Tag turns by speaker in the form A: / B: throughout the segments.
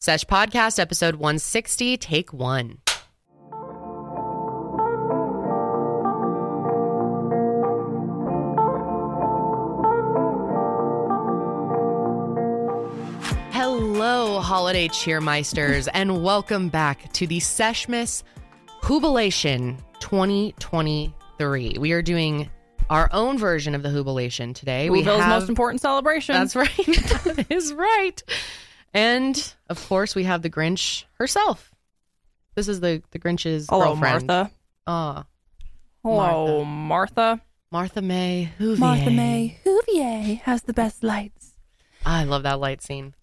A: Sesh Podcast, episode 160, take one. Hello, holiday cheermeisters, and welcome back to the Seshmas Hubilation 2023. We are doing our own version of the Hubilation today. We
B: Louisville's
A: have-
B: most important celebration.
A: That's right. that is right. And of course, we have the Grinch herself. This is the the Grinch's
B: Hello,
A: girlfriend.
B: Martha.
A: Ah,
B: Hello, Martha.
A: Martha May Houvier.
C: Martha May Huvier has the best lights.
A: I love that light scene.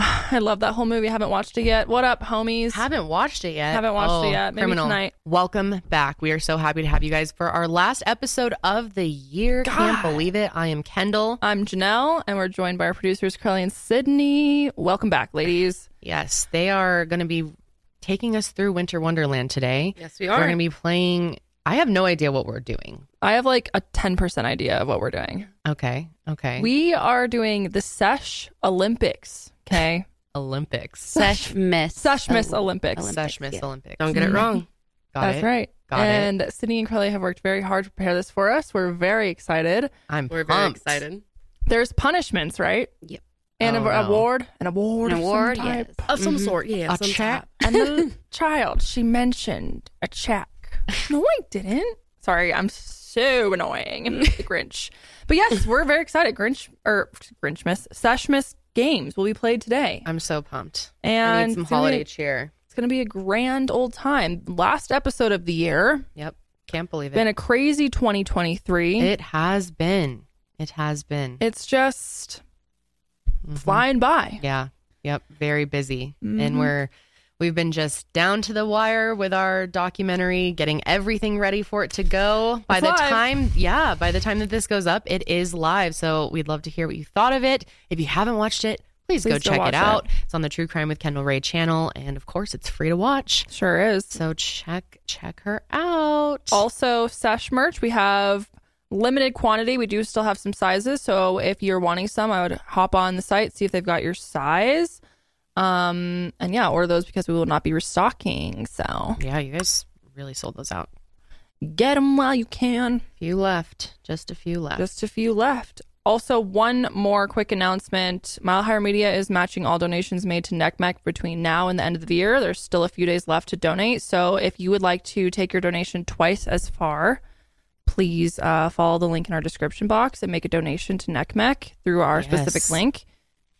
B: I love that whole movie. I haven't watched it yet. What up, homies?
A: Haven't watched it yet. Oh,
B: Haven't watched it yet. Maybe
A: criminal.
B: tonight.
A: Welcome back. We are so happy to have you guys for our last episode of the year. Can't believe it. I am Kendall.
B: I'm Janelle, and we're joined by our producers, Curly and Sydney. Welcome back, ladies.
A: Yes, they are going to be taking us through Winter Wonderland today.
B: Yes, we
A: We're going to be playing. I have no idea what we're doing.
B: I have like a 10% idea of what we're doing.
A: Okay. Okay.
B: We are doing the Sesh Olympics, okay?
A: Olympics.
D: Sesh miss.
B: Sesh Miss
D: Oh,
B: Olympics. Mm-hmm.
D: Olymp-
A: Sesh
D: Olympics,
A: Miss
D: yeah.
A: Olympics.
D: Don't get it wrong.
A: Got
B: That's
A: it.
B: right.
A: Got it.
B: and Sydney and Curly have worked very hard to prepare this for us. We're very excited.
A: I'm
D: We're very
A: pumped.
D: excited.
B: There's punishments, right?
D: Yep.
B: And
A: Oh,
B: an
A: no.
B: award. An award. of
D: An
B: some
D: award,
B: type.
D: yes. Mm-hmm. Of some sort, yeah.
A: A
D: some
A: check.
B: And the child, she mentioned a check. No, I didn't. Sorry, I'm so annoying. the Grinch. But yes, we're very excited. Grinch or Grinchmas, Seshmas games will be played today.
A: I'm so pumped. I
B: And
A: need some
B: it's gonna be-
A: holiday cheer.
B: it's going to be a grand old time. Last episode of the year.
A: Yep. Can't believe
B: Been
A: it.
B: a crazy 2023.
A: it has been. It has been.
B: it's just flying by.
A: Mm-hmm. yeah. Yep. Very busy.
B: Mm-hmm.
A: And we're we've been just down to the wire with our documentary, getting everything ready for it to go. By
B: It's
A: the
B: live.
A: time yeah, by the time that this goes up, it is live. So we'd love to hear what you thought of it. If you haven't watched it, please, go
B: Please go
A: check
B: watch
A: it
B: it.
A: out. It's on the True Crime with Kendall Ray channel. And of course it's free to watch.
B: Sure is.
A: So check check her out.
B: Also, Sesh merch, we have limited quantity. We do still have some sizes. So if you're wanting some, I would hop on the site, see if they've got your size. Um, and yeah, order those because we will not be restocking. So
A: yeah, you guys really sold those out.
B: get them while you can.
A: Few left, just a few left.
B: Just a few left. Also, one more quick announcement. Mile Higher Media is matching all donations made to NECMEC between now and the end of the year. There's still a few days left to donate. So if you would like to take your donation twice as far, please uh, follow the link in our description box and make a donation to NECMEC through our
A: Yes.
B: specific link.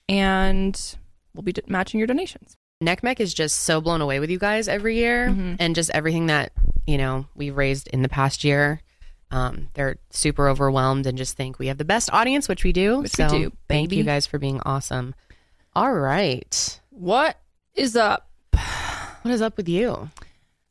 B: And we'll be d- matching your donations.
A: Necmec is just so blown away with you guys every year,
B: Mm-hmm.
A: and just everything that you know we've raised in the past year. Um, they're super overwhelmed and just think we have the best audience, which we do.
B: Which we
A: so
B: do,
A: thank you
B: baby.
A: guys for being awesome. All right,
B: What is up?
A: what is up with you?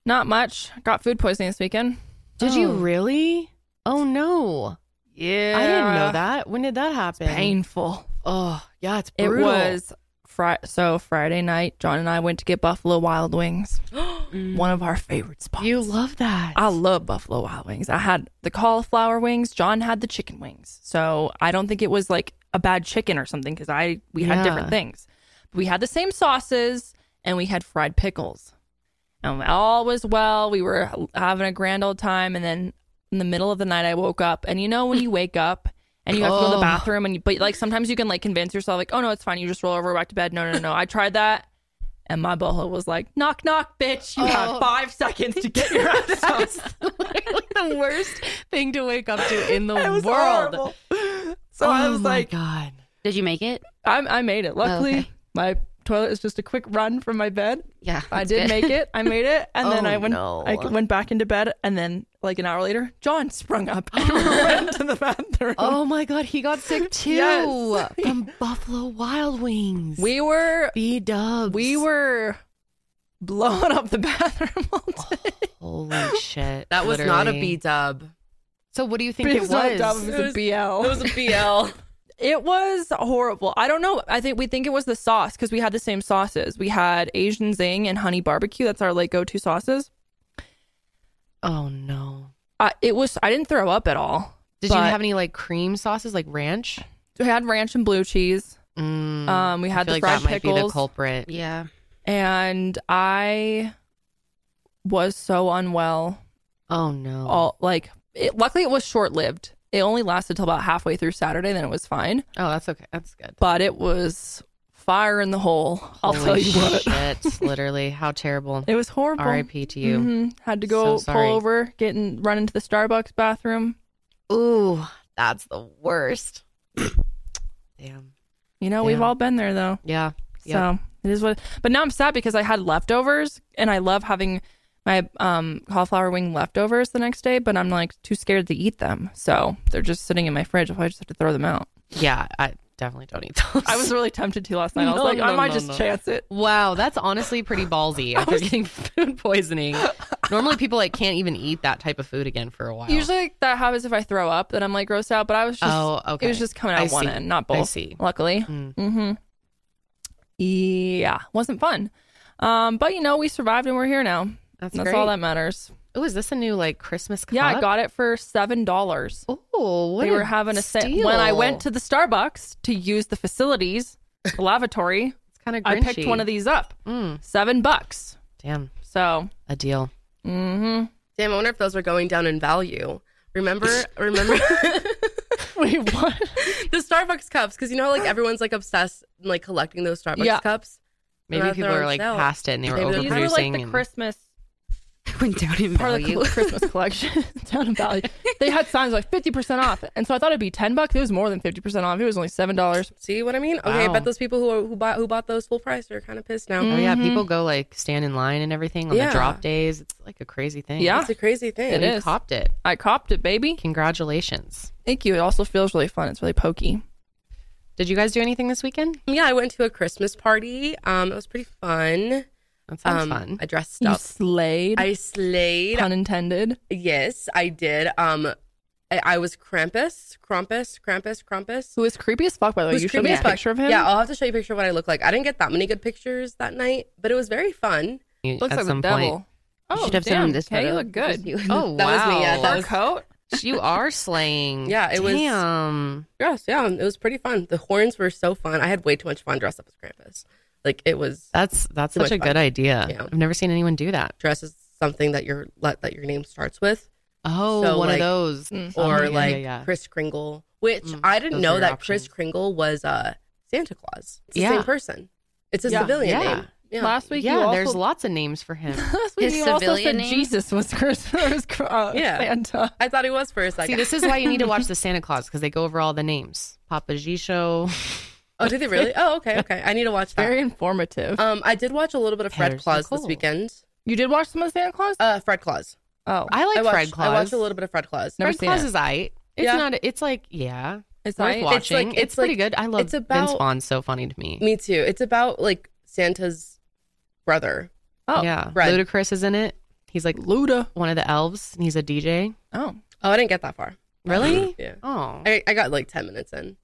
B: Not much. Got food poisoning this weekend.
A: Did you really? Oh no,
B: Yeah.
A: I didn't know that. When did that happen?
B: Painful.
A: Oh yeah, it's
B: It
A: brutal.
B: was Fri- so Friday night. John and I went to get Buffalo Wild Wings, one of our favorite spots.
A: You love that.
B: I love Buffalo Wild Wings. I had the cauliflower wings. John had the chicken wings. So I don't think it was like a bad chicken or something because I we
A: Yeah.
B: had different things. We had the same sauces and we had fried pickles. And Um, all was well. We were having a grand old time. And then in the middle of the night, I woke up. And you know when you wake up and you have to go to
A: Oh.
B: the bathroom, and you, but like sometimes you can like convince yourself like, oh no, it's fine. You just roll over, back to bed. No, no, no, no. I tried that. And my butthole was like, knock, knock, bitch. You
A: Oh.
B: have five seconds to get your ass up.
A: literally the worst thing to wake up to in the
B: It was
A: world.
B: horrible. So
A: Oh
B: I was
A: my
B: like,
A: God.
D: Did you make it?
B: I, I made it. Luckily,
D: okay.
B: my toilet is just a quick run from my bed.
D: Yeah.
B: I
D: that's
B: did
D: good.
B: make it. I made it, and then
A: Oh,
B: I went.
A: no.
B: I went back into bed, and then like an hour later, John sprung up and went to the bathroom.
A: Oh my God, he got sick too
B: Yes.
A: from Buffalo Wild Wings.
B: We were
A: B Dubs.
B: we were blowing up the bathroom all
A: Oh.
B: day.
A: Holy shit!
D: That was not a
A: Literally.
D: B dub.
A: So what do you think
B: It
A: it
B: was
A: was?
B: not a dub, it was a BL.
D: It was a BL.
B: It was horrible. I don't know. I think we think it was the sauce because we had the same sauces. We had Asian zing and honey barbecue. That's our like go-to sauces.
A: oh no!
B: I, it was. I didn't throw up at all.
A: Did you
B: But-
A: have any like cream sauces, like ranch?
B: We had ranch and blue cheese.
A: Mm,
B: Um, we
A: I
B: had
A: feel
B: the
A: like
B: fried
A: that might be the
B: pickles
A: culprit.
D: yeah.
B: and I was so unwell.
A: Oh no.
B: All like, it, luckily, it was short lived. It only lasted till about halfway through Saturday, then it was fine.
A: oh, that's okay. That's good.
B: But it was fire in the hole. I'll
A: Holy
B: tell you what.
A: Shit, literally, how terrible.
B: It was horrible.
A: R.I.P. to you.
B: Mhm. Had to
A: So
B: go
A: sorry.
B: pull over, get in, run into the Starbucks bathroom. Mm-hmm.
A: Ooh, that's the worst. Damn.
B: You know, we've
A: Yeah.
B: all been there though.
A: Yeah. Yeah.
B: So it is what. But now I'm sad because I had leftovers, and I love having my um cauliflower wing leftovers the next day. But I'm like too scared to eat them, so they're just sitting in my fridge. I just have to throw them out.
A: Yeah. I definitely don't eat those.
B: I was really tempted to last night. I was
A: No,
B: like, I
A: no,
B: might
A: no,
B: just
A: no.
B: chance it.
A: Wow, that's honestly pretty ballsy after getting food poisoning. Normally people like can't even eat that type of food again for a while.
B: Oh. Usually like, that happens if I throw up, then I'm like grossed out. But I was just,
A: Oh, okay.
B: it was just coming out
A: I
B: one
A: see.
B: end, not
A: I
B: both.
A: see.
B: Luckily,
A: Mm.
B: hmm yeah, wasn't fun. Um, but you know, we survived and we're here now.
A: That's,
B: That's
A: great.
B: all that matters.
A: Oh, is this a new like Christmas cup?
B: Yeah, I got it for seven dollars.
A: Oh, what
B: They
A: a
B: were having a sale.
A: steal.
B: When I went to the Starbucks to use the facilities, the lavatory,
A: it's kind of
B: I picked one of these up.
A: Mm,
B: Seven bucks.
A: damn,
B: So,
A: a deal.
B: mm-hmm.
E: Damn, I wonder if those are going down in value. Remember, remember
B: wait, what?
E: the Starbucks cups because you know, how, like everyone's like obsessed and like collecting those Starbucks
B: Yeah.
E: cups.
A: Maybe
E: They're out
A: people
E: there
A: are
E: on
A: like
E: sale.
A: past it and they were
E: Maybe
A: overproducing.
E: they're
B: These were like the
A: and-
B: Christmas
D: Went down in
B: part of the
D: value.
B: col- Christmas collection down in Valley. They had signs like fifty percent off, and so I thought it'd be ten bucks. It was more than fifty percent off. It was only seven dollars.
E: See what I mean?
A: Wow.
E: Okay, I bet those people who are, who bought who bought those full price are kind of pissed now.
B: Mm,
A: Oh
B: Mm-hmm.
A: yeah, people go like stand in line and everything on
E: Yeah.
A: the drop days. It's like a crazy thing.
B: Yeah.
E: It's a crazy thing.
B: It
A: you
B: is.
A: copped it.
B: I copped it, baby.
A: Congratulations.
B: Thank you. It also feels really fun. It's really pokey.
A: Did you guys do anything this weekend?
E: Yeah, I went to a Christmas party. Um, it was pretty fun.
A: That sounds
E: um,
A: fun.
E: I dressed
B: You
E: up.
B: slayed.
E: I slayed.
B: pun intended.
E: Yes, I did. Um, I, I was Krampus, Krampus, Krampus, Krampus.
B: Who is creepy as fuck, by the way.
E: Who's
B: You showed me
E: creepy
B: a
E: as fuck.
B: picture of him.
E: Yeah, I'll have to show you a picture of what I look like. I didn't get that many good pictures that night, but it was very fun.
A: You-
B: looks
A: at
B: like
A: some
B: the
A: point.
B: devil. Oh,
D: Should have
B: damn.
D: sent him this
B: Okay, you
D: photo.
B: look good.
A: Oh
E: That was
A: wow.
E: me, yeah, that
B: Fur
E: was-
B: coat.
A: you are slaying.
E: Yeah, it was-
A: Damn.
E: Yes, yeah, it was pretty fun. The horns were so fun. I had way too much fun dressed up as Krampus. Like it was
A: That's that's
E: Too
A: such a
E: much
A: good idea.
E: Yeah.
A: I've never seen anyone do that.
E: dressed as something that your let that your name starts with,
A: Oh, one
E: So,
A: of
E: like-
A: those.
B: Mm.
A: Oh,
E: or
A: yeah,
E: like
A: yeah, yeah.
E: Chris Kringle, which
A: Mm,
E: I didn't
A: those are
E: know
A: your
E: that Chris
A: options.
E: Kringle was uh, Santa Claus. It's the
A: Yeah.
E: same person. It's a
B: Yeah.
E: civilian
A: Yeah.
E: name. Yeah.
B: Last week,
A: yeah,
B: you also,
A: there's lots of names for him.
B: last week
D: His
B: you also
D: civilian
B: said
D: name?
B: Jesus was Chris. was, uh,
E: Yeah.
B: Santa.
E: I thought he was for a
A: See,
E: second.
A: this is why you need to watch the Santa Claus because they go over all the names. Papa Gisho.
E: oh, did they really? Oh, okay, okay. I need to watch that.
B: Very informative.
E: Um, I did watch a little bit of Fred
A: Patterson
E: Claus
A: Cole.
E: this weekend.
B: you did watch some of the Santa Claus?
E: Uh, Fred Claus.
B: oh,
A: I like
E: I watched,
A: Fred Claus.
E: I watched a little bit of Fred Claus.
B: Never
A: Fred
B: seen
A: Claus
B: it.
A: is aight. It's
E: Yeah.
A: not. It's like yeah,
B: it's
A: worth
B: like,
A: watching. It's,
E: like- it's
A: pretty
E: like-
A: good. I love
E: it's about-
A: Vince Vaughn's so funny to me.
E: Me too. It's about like Santa's brother.
B: oh,
A: yeah,
E: Fred.
A: Ludacris is in it. He's like
B: Luda.
A: one of the elves, and he's a DJ.
B: Oh,
E: Oh, I didn't get that far.
A: Really?
E: Yeah.
A: Oh,
E: I, I got like 10 minutes in.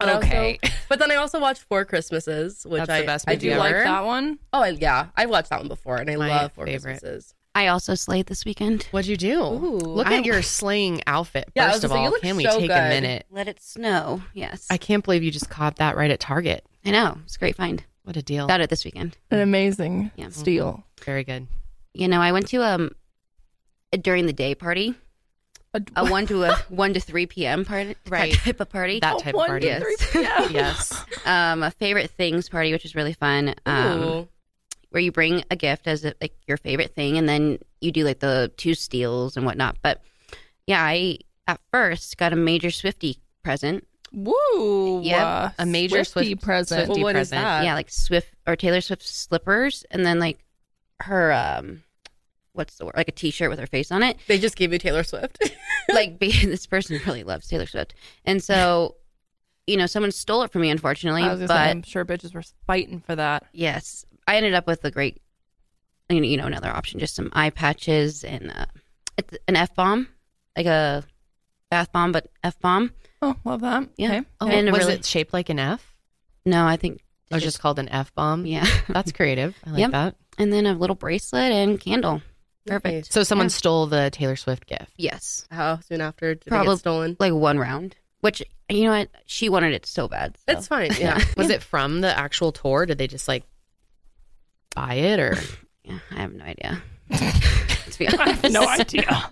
E: But I also-
A: okay.
E: but then I also watched Four Christmases, which
A: That's
E: I,
A: the best
E: I
A: movie
B: did you
E: do
A: ever.
B: like
A: Never.
B: that one?
E: Oh, and yeah. I've watched that one before and I
A: My
E: love Four
A: favorite.
E: Christmases.
D: I also slayed this weekend.
A: What'd you do?
E: Ooh.
A: Look
D: I-
A: at your slaying outfit. First
E: Yeah, I was
A: of
E: gonna say, you
A: all,
E: look
A: can we
E: so
A: take a
E: good.
A: minute?
D: Let it snow. Yes.
A: I
D: I,
A: can't believe you just caught that right at Target.
D: know. It's a great find.
A: What a deal!
D: Got it this weekend.
B: An amazing
D: Yeah.
B: steal.
A: Very good.
D: You know, I went to um a during the day party. A one to a one to three p.m. party,
A: Right.
D: Type of party.
E: oh,
A: That type of party.
D: yes.
A: Yes.
D: um, a favorite things party, which is really fun. Um,
E: Ooh.
D: where you bring a gift as a, like your favorite thing, and then you do like the two steals and whatnot. But yeah, I at first got a major Swifty present.
B: Woo.
D: Yep.
B: uh,
A: A major
B: Swiftie
A: Swift-
B: present.
A: Swiftie
E: what is
A: present.
B: Uh,
E: that?
D: yeah, like Swift or Taylor Swift slippers, and then like her um, what's the word? Like a T-shirt with her face on it.
E: They just gave you Taylor Swift.
D: like be- this person really loves Taylor Swift, and so you know someone stole it from me, unfortunately.
B: I was gonna
D: but
B: say, I'm sure bitches were fighting for that.
D: yes, I ended up with a great, you know- you know, another option, just some eye patches and uh, it's an F bomb, like a bath bomb, but F bomb.
B: Oh, love that.
D: Yeah.
B: Okay.
A: Oh,
D: And a
A: was
D: really-
A: it shaped like an F?
D: No, I think
A: Or Oh, just called an F bomb?
D: yeah,
A: That's creative. I like
D: Yep.
A: that.
D: and then a little bracelet and candle. Perfect.
A: So someone
D: Yeah.
A: stole the Taylor Swift gift.
D: Yes,
E: How soon after did it
D: Probably-
E: get stolen?
D: like one round, which you know what she
A: Oh.
D: wanted it so bad. so-
E: It's fine. Yeah.
A: Was it from the actual tour? Did they just like modify it or
D: Yeah, I have no idea. to be honest.
B: no idea.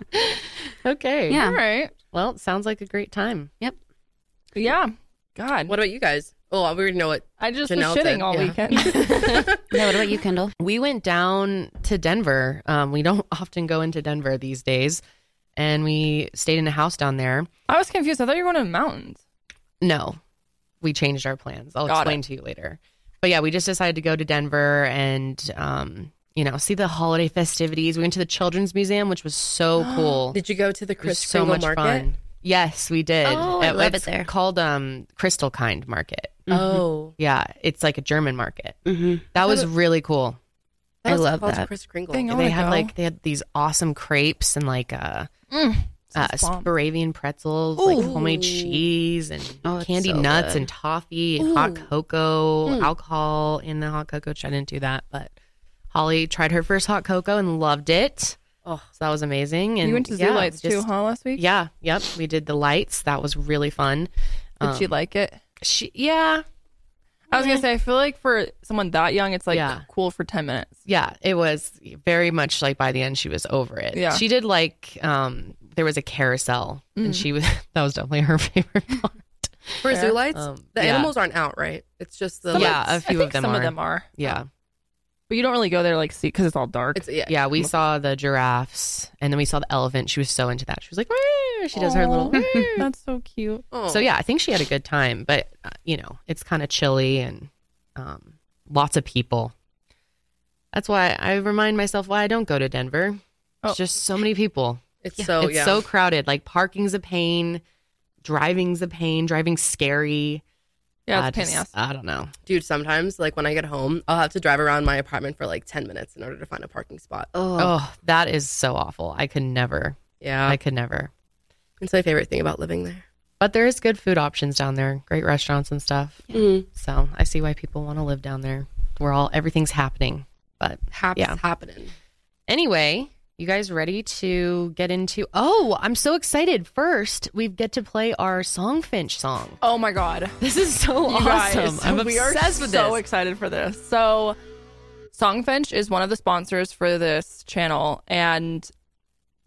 A: okay
D: Yeah.
B: All right.
A: well it sounds like a great time
B: Yeah. God.
E: What about you guys? Oh, I already know it.
B: I just
E: Janelle
B: was shitting
E: did,
B: all
E: yeah.
B: weekend.
D: Yeah, what about you, Kendall?
A: we went down to denver um, we don't often go into denver these days and we stayed in a house down there
B: I was confused. I thought you were going to the mountains.
A: No, we changed our plans. I'll
B: Got
A: explain to you later. But yeah, we just decided to go to Denver and, um, you know, see the holiday festivities. We went to the Children's Museum, which was so cool.
E: Did you go to the
A: it was
E: Chris
A: so
E: Kringle
A: much
E: market?
A: fun. Yes, we did.
D: Oh, I love
A: it's
D: it there.
A: Called um, Crystal Kind Market.
E: Oh,
A: Yeah, it's like a German market.
D: Mm-hmm.
A: That was really cool.
E: that
D: I
E: was
D: love
E: called
D: that.
E: Chris Kringle.
B: Thing I
A: they
B: wanna
A: had
B: go.
A: like they had these awesome crepes and like uh,
B: Mm.
A: uh,
B: Sounds bomb.
A: Moravian pretzels, like homemade
E: Ooh.
A: cheese and
D: Oh, it's
A: candy
D: so
A: nuts
D: good.
A: and toffee and hot
E: Ooh.
A: cocoa,
B: Hmm.
E: Mm.
A: alcohol in the hot cocoa, which I didn't do that, but Holly tried her first hot cocoa and loved it.
E: Oh.
A: So that was amazing. And
B: You went to zoo
A: yeah,
B: lights too,
A: just-
B: huh? Last week.
A: Yeah, yep. We did the lights. That was really fun.
B: Did
A: Um,
B: she like it?
A: she- yeah,
B: I was gonna say. I feel like for someone that young, it's like
A: Yeah.
B: cool for ten minutes.
A: yeah. It was very much like by the end she was over it.
B: Yeah. Mm.
A: She did like um there was a carousel and she was that was definitely her favorite part.
E: For
B: Fair.
E: zoo lights,
A: Um,
E: the
A: yeah.
E: animals aren't out, right? It's just the
A: Some of
E: lights.
A: Yeah, a
B: I
A: few
B: think
A: of them
B: Some
A: are.
B: of them are,
A: Yeah.
B: but you don't really go there like see because it's all dark.
E: It's yeah.
A: Yeah, we saw the giraffes and then we saw the elephant. She was so into that. She was like, "Meow." she does her little.
B: Aw, That's so cute.
E: Oh.
A: So yeah, I think she had a good time, but uh, you know, it's kind of chilly and um, lots of people. That's why I remind myself why I don't go to Denver.
B: Oh.
A: It's just so many people.
E: it's so
A: it's
E: yeah.
A: so crowded. Like parking's a pain, driving's a pain, driving's scary.
B: Yeah,
A: I
B: it's a pain in the
A: just-
B: ass.
A: I don't know.
E: Dude, sometimes like when I get home, I'll have to drive around my apartment for like ten minutes in order to find a parking spot.
D: Oh,
A: Oh, that is so awful. I could never.
E: Yeah,
A: I could never.
E: it's my favorite thing about living there.
A: But there is good food options down there. Great restaurants and stuff.
E: Mm.
A: So I see why people want to live down there. Where all everything's happening. But
E: Hap-
A: Yeah.
E: happening.
A: anyway, you guys ready to get into Oh, I'm so excited. First, we get to play our Songfinch song.
B: Oh my god.
A: This is so
B: You guys,
A: awesome. I'm
B: we are
A: obsessed with
B: so
A: this.
B: excited for this. So, Songfinch is one of the sponsors for this channel, and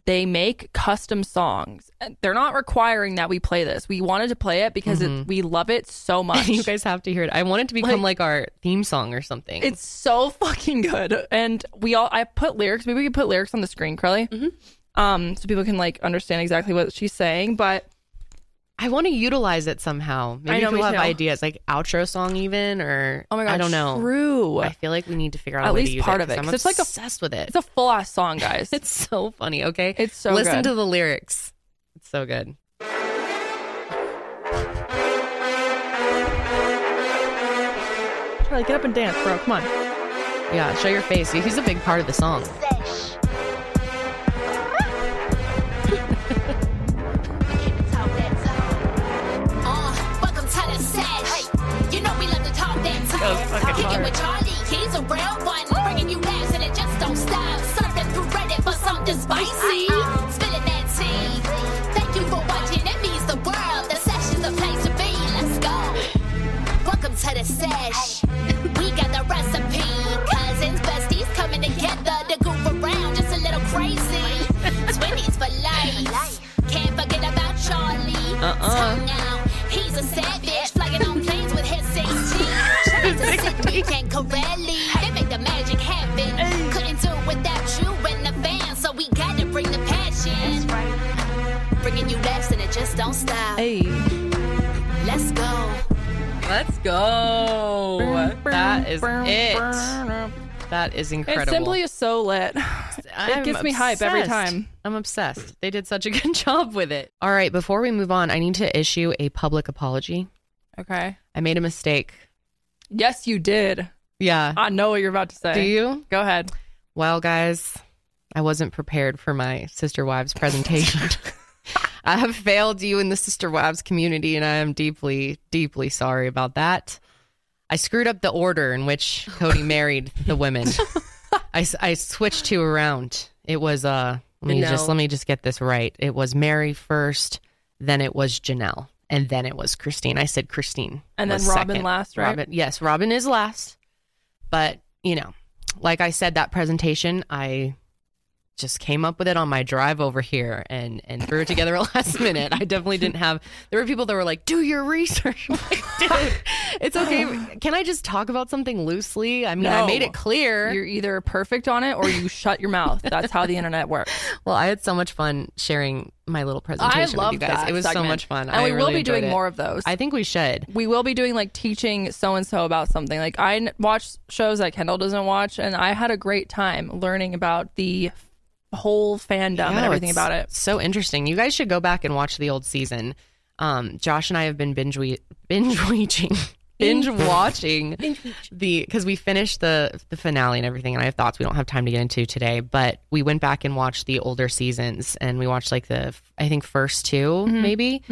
B: they make custom songs. And They're not requiring that we play this. We wanted to play it because it, we love it so much.
A: Mm-hmm. you guys have to hear it. I want it to become like, our theme song or something.
B: It's so fucking good. And we all I put lyrics. Maybe we could put lyrics on the screen, Curly.
A: Mm-hmm.
B: Um, so people can like understand exactly what she's saying. But
A: I want to utilize it somehow. Maybe
B: I know,
A: people
B: me
A: have
B: too.
A: ideas like outro song even or
B: oh my god,
A: I don't know.
B: True.
A: I feel like we need to figure out
B: At
A: a way to
B: least
A: use
B: part
A: it,
B: of it,
A: 'cause
B: 'cause
A: I'm
B: it's like a-
A: obsessed with it.
B: it's a full ass song, guys.
A: It's so funny, okay?
B: It's so
A: Listen
B: good.
A: to the lyrics. It's so good.
B: Charlie, get up and dance, bro. Come on.
A: Yeah, show your face. He's a big part of the song.
F: Uh, welcome to the sesh. You know we love to talk that talk. Kick it with Charlie, he's a real one. Bringing you laughs and it just don't stop. Surfing through Reddit for something spicy. Spilling that tea. Thank you for watching. It means the world. The sesh is the place to be. Let's go. Welcome to the sesh. We got the recipe. Cousins, besties coming together to goof around just a little crazy. Twinnies for life. Can't forget about Charlie. Uh-uh. now, he's a savage. Flying on planes with his 16. Shout out to Sydney and Corelli. They make the magic happen. Couldn't do it without you and the fans, so we gotta bring the passion. Bringing you laughs and it just don't stop.
B: Hey.
F: Let's go.
E: Let's go.
A: That is it. That is incredible.
B: It simply is so lit. It
A: I'm
B: gets me hype every
A: obsessed.
B: time.
A: I'm obsessed. They did such a good job with it. All right, before we move on, I need to issue a public apology.
B: Okay.
A: I made a mistake.
B: Yes, you did.
A: Yeah.
B: I know what you're about to say.
A: Do you?
B: Go ahead.
A: Well, guys, I wasn't prepared for my sister wives presentation. I have failed you in the sister wives community, and I am deeply, deeply sorry about that. I screwed up the order in which Cody married the women. I, s- I switched two around. It was uh, let me just
E: Janelle.
A: let me just get this right. It was Mary first, then it was Janelle, and then it was Christine. I said Christine,
B: And
A: was
B: then Robin
A: second.
B: last, right?
A: Robin, yes, Robin is last, but you know, like I said, that presentation, I just came up with it on my drive over here and and threw it together at last minute. I definitely didn't have. There were people that were like, "Do your research." I'm like, Dude, it's okay. Can I just talk about something loosely? I mean, I
B: No.
A: made it clear.
B: You're either perfect on it or you shut your mouth. That's how the internet works.
A: well, I had so much fun sharing my little
B: I
A: presentation with
B: love
A: you guys.
B: that.
A: it was
B: segment.
A: so much fun,
B: and
A: I
B: we will
A: really
B: be
A: enjoyed
B: doing
A: it.
B: more of those.
A: I think we should.
B: we will be doing like teaching so and so about something. Like I n- watch shows that Kendall doesn't watch, and I had a great time learning about the whole fandom and
A: No,
B: everything
A: it's
B: about it.
A: So interesting. You guys should go back and watch the old season. Um, Josh and I have been binge we- binge watching binge watching the because we finished the the finale and everything, and I have thoughts we don't have time to get into today. But we went back and watched the older seasons, and we watched like the I think first 2
B: Mm-hmm.
A: maybe.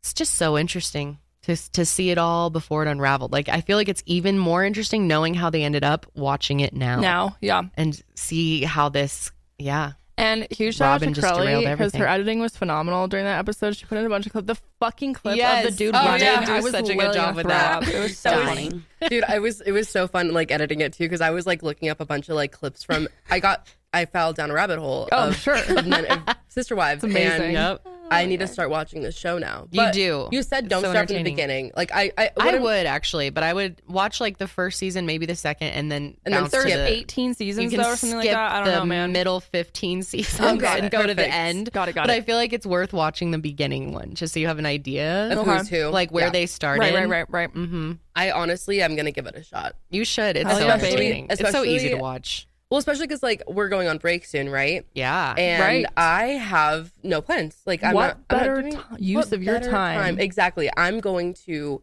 A: It's just so interesting. To, to see it all before it unraveled. Like, I feel like it's even more interesting knowing how they ended up watching it now
B: Now, yeah.
A: and see how this, yeah,
B: And huge shout
A: Robin
B: out to
A: just
B: Crowley
A: derailed
B: because
A: everything.
B: her editing was phenomenal during that episode. She put in a bunch of clips. The fucking clip
A: Yes.
B: of the dude
A: Oh,
B: running.
A: yeah.
B: I
A: Do
B: was
A: such a good
B: literally
A: job
B: gonna
A: with
B: throw
A: that.
B: up. It was so funny.
D: Dying.
E: Dude, I was it was so fun like editing it too because I was like looking up a bunch of like clips from I got I fell down a rabbit hole.
B: Oh,
E: of,
B: sure.
E: of men, of sister wives.
B: It's amazing.
E: And
A: Yep.
E: I need to start watching this show now.
A: You do.
E: You said don't
A: so
E: start from the
A: entertaining.
E: beginning. Like I, I,
A: I
E: what-
A: would actually, but I would watch like the first season, maybe the second, and then
E: And then
A: bounce
E: skip
A: to the,
B: Eighteen
A: You
B: seasons
A: can
B: though, or something like
A: skip
B: that. I don't
A: the
B: know, man.
A: middle fifteen seasons
E: Oh, got
A: and
E: it.
A: go to the
E: Perfect.
A: end.
B: Got it, got
A: but
B: it.
A: I feel like it's worth watching the beginning one just so you have an idea
E: Of
A: of
E: who's who?
A: like where
E: Yeah.
A: they started.
B: right, right, right, right.
A: Mm-hmm.
E: I honestly am gonna give it a shot.
A: You should. It's
B: Hell
A: so
B: yeah, baby.
A: entertaining. It's so easy to
E: Especially-
A: watch.
E: Well, especially because like we're going on break soon, right?
A: Yeah.
E: And
B: Right.
E: I have no plans. Like I'm
B: What
E: not, I'm not
B: better
E: doing-
B: ti- use
E: what
B: of your
E: better
B: time?
E: Exactly. I'm going to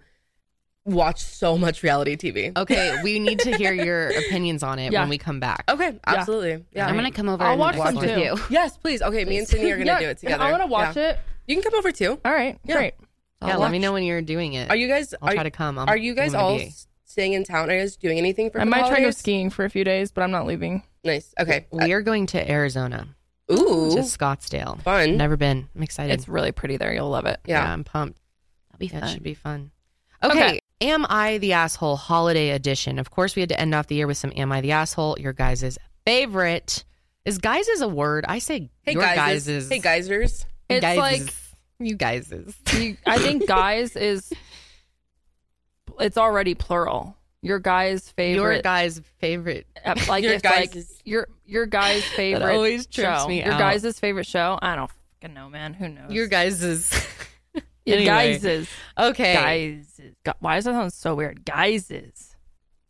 E: watch so much reality TV.
A: okay, we need to hear your opinions on it
B: Yeah.
A: when we come back.
E: Okay, absolutely. Yeah.
D: I'm gonna come over
B: I'll
D: and
B: watch
D: watch
B: some
D: with
B: too.
D: you.
E: Yes, please. Okay, me and Sydney are gonna
B: Yeah,
E: do it
B: and
E: together.
B: I want to watch it.
E: You can come over too.
B: All right,
E: Yeah.
B: great.
A: yeah, let me know when you're doing it.
E: Are you guys?
A: I'll
E: are,
A: try to come. I'm,
E: are you guys
A: I'm gonna
E: all
A: be-
E: s- staying in town? Are you guys doing anything for?
B: I might try to go
E: holidays?
B: skiing for a few days, but I'm not leaving.
E: Nice. Okay.
A: We are going to Arizona,
E: Uh, ooh,
A: to Scottsdale.
E: fun.
A: Never been. I'm excited.
B: It's really pretty there. You'll love it.
A: yeah.
E: yeah.
A: I'm pumped.
D: That'll be
A: That
D: fun.
A: should be fun. Okay. Am I the asshole holiday edition? Of course, we had to end off the year with some Am I the asshole? Your guys' favorite. Is guys is a word? I say
E: Hey
A: your
E: guys.
A: guys's.
E: Hey guysers.
B: It's
A: Guys's.
B: like
A: you guys's.
B: you, I think guys is it's already plural. Your guys' favorite.
A: Your guys' favorite.
B: ep- Uh, like
E: Your
B: it's like
E: guys'.
B: your your guys' favorite.
A: always trips
B: show.
A: me
B: Your
A: out.
B: guys' favorite show. I don't fucking know, man. Who knows?
A: Your guys's.
B: your
A: anyway.
B: guys is
A: Okay.
B: guys is. gu- Why does that sound so weird? Guys is.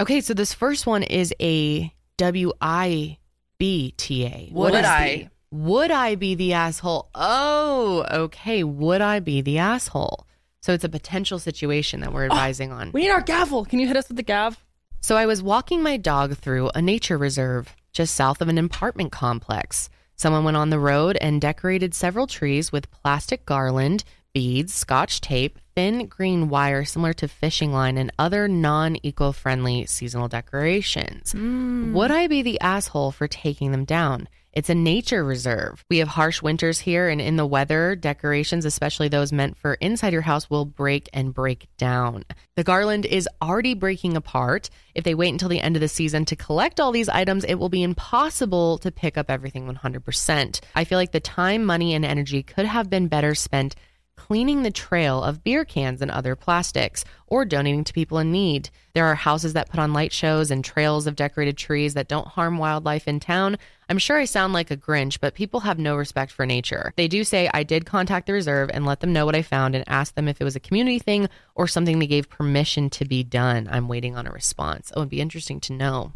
A: Okay. So this first one is a W I B T A.
E: Would
B: is
E: I?
B: the-
A: Would I be the asshole? Oh, okay. Would I be the asshole? So it's a potential situation that we're advising on.
B: We need our gavel. Can you hit us with the gav?
A: So I was walking my dog through a nature reserve just south of an apartment complex. Someone went on the road and decorated several trees with plastic garland, beads, scotch tape, thin green wire similar to fishing line, and other non eco friendly seasonal decorations. Would I be the asshole for taking them down? It's a nature reserve. We have harsh winters here, and in the weather, decorations, especially those meant for inside your house, will break and break down. The garland is already breaking apart. If they wait until the end of the season to collect all these items, it will be impossible to pick up everything 100%. I feel like the time, money, and energy could have been better spent cleaning the trail of beer cans and other plastics, or donating to people in need. There are houses that put on light shows and trails of decorated trees that don't harm wildlife in town. I'm sure I sound like a Grinch, but people have no respect for nature. They do say I did contact the reserve and let them know what I found and asked them if it was a community thing or something they gave permission to be done. I'm waiting on a response. Oh, it'd be interesting to know.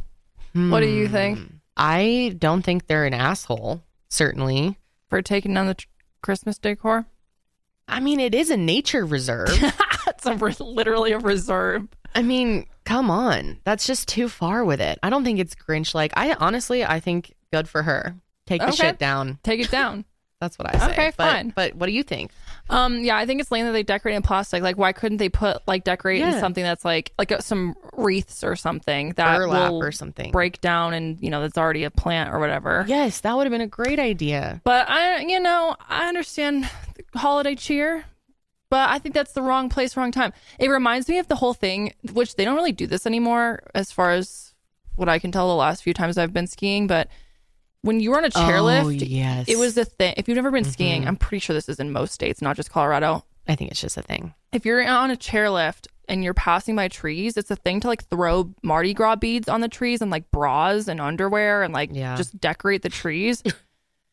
A: Hmm.
B: What do you think
A: Mm. I don't think they're an asshole, certainly.
B: for taking down the tr- Christmas decor?
A: I mean, it is a nature reserve.
B: That's a re- literally a reserve.
A: I mean, come on. That's just too far with it. I don't think it's Grinch like. I honestly, I think good for her. Take the
B: Okay.
A: shit down.
B: Take it down.
A: That's what I say.
B: Okay,
A: But-
B: fine.
A: But what do you think?
B: Um, yeah, I think it's lame that they decorate in plastic. Like, why couldn't they put like decorate in
A: Yeah.
B: something that's like like uh, some wreaths or something that
A: Burlap
B: will
A: or something.
B: break down and you know that's already a plant or whatever.
A: Yes, that would have been a great idea.
B: But I, you know, I understand the holiday cheer, but I think that's the wrong place, wrong time. It reminds me of the whole thing, which they don't really do this anymore as far as what I can tell the last few times I've been skiing, but when you were on a chairlift,
A: Oh, yes. Mm-hmm.
B: it was a thing. If you've never been skiing, I'm pretty sure this is in most states, not just Colorado.
A: I think it's just a thing.
B: If you're on a chairlift and you're passing by trees, it's a thing to like throw Mardi Gras beads on the trees and like bras and underwear and like
A: Yeah.
B: just decorate the trees.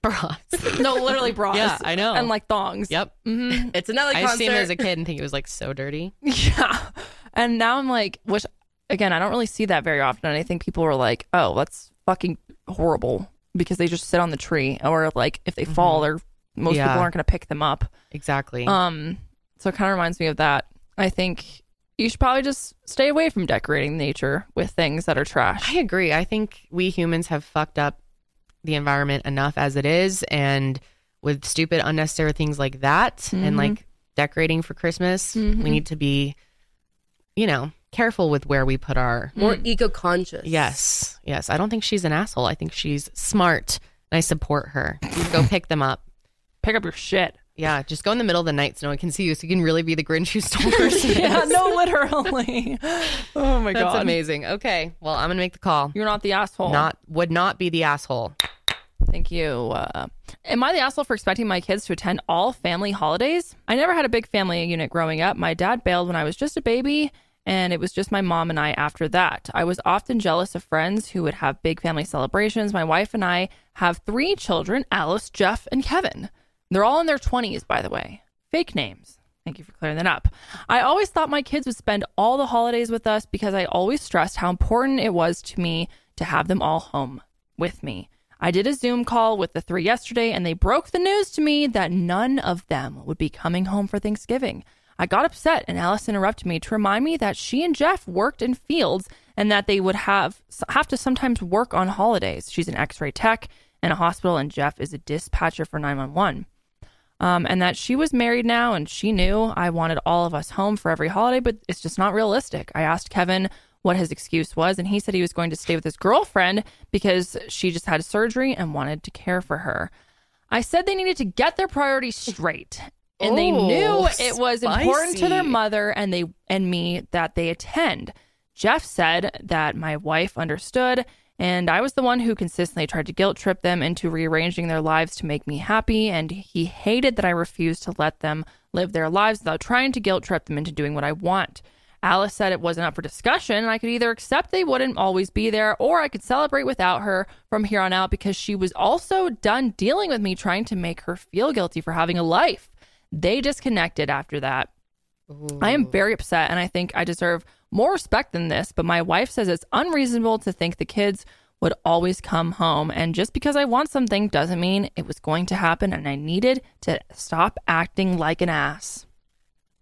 A: Bras.
B: no, literally bras.
A: Yeah, I know.
B: And like thongs.
A: Yep.
B: hmm
E: It's another
A: I
E: concert.
A: used to see him as a kid and think it was like so dirty.
B: Yeah. And now I'm like, which again, I don't really see that very often. And I think people are like, oh, that's fucking horrible because they just sit on the tree or like if they fall, they're most
A: Mm-hmm. Yeah.
B: people aren't going to pick them up.
A: Exactly.
B: Um, so it kind of reminds me of that. I think you should probably just stay away from decorating nature with things that are trash.
A: I agree. I think we humans have fucked up the environment enough as it is, and with stupid, unnecessary things like that, and
B: Mhm.
A: like decorating for Christmas,
B: Mhm.
A: we need to be, you know, careful with where we put our.
E: more
B: Mm.
E: eco-conscious.
A: Yes, yes. I don't think she's an asshole. I think she's smart, and I support her. Go pick them up.
B: Pick up your shit.
A: Yeah, just go in the middle of the night so no one can see you, so you can really be the Grinch who stole Christmas.
B: Yeah, no, literally. oh my
A: That's
B: god,
A: amazing. Okay, well, I'm gonna make the call.
B: you're not the asshole.
A: Not would not be the asshole.
B: Thank you. Uh, am I the asshole for expecting my kids to attend all family holidays? I never had a big family unit growing up. My dad bailed when I was just a baby, and it was just my mom and I after that. I was often jealous of friends who would have big family celebrations. My wife and I have three children Alice, Jeff, and Kevin. They're all in their 20s, by the way. Fake names. Thank you for clearing that up. I always thought my kids would spend all the holidays with us because I always stressed how important it was to me to have them all home with me. I did a Zoom call with the three yesterday and they broke the news to me that none of them would be coming home for Thanksgiving. I got upset and Alice interrupted me to remind me that she and Jeff worked in fields and that they would have have to sometimes work on holidays. She's an x-ray tech in a hospital and Jeff is a dispatcher for 911 um, and that she was married now and she knew I wanted all of us home for every holiday, but it's just not realistic. I asked Kevin what his excuse was, and he said he was going to stay with his girlfriend because she just had surgery and wanted to care for her. I said they needed to get their priorities straight. And they
A: Oh,
B: knew it was important to their
A: spicy.
B: mother and they and me that they attend. Jeff said that my wife understood, and I was the one who consistently tried to guilt trip them into rearranging their lives to make me happy, and he hated that I refused to let them live their lives without trying to guilt trip them into doing what I want. Alice said it wasn't up for discussion, and I could either accept they wouldn't always be there or I could celebrate without her from here on out because she was also done dealing with me trying to make her feel guilty for having a life. They disconnected after that. I am very upset and I think I deserve more respect than this, but my wife says it's unreasonable to think the kids would always come home. And just because I want something doesn't mean it was going to happen and I needed to stop acting like an ass.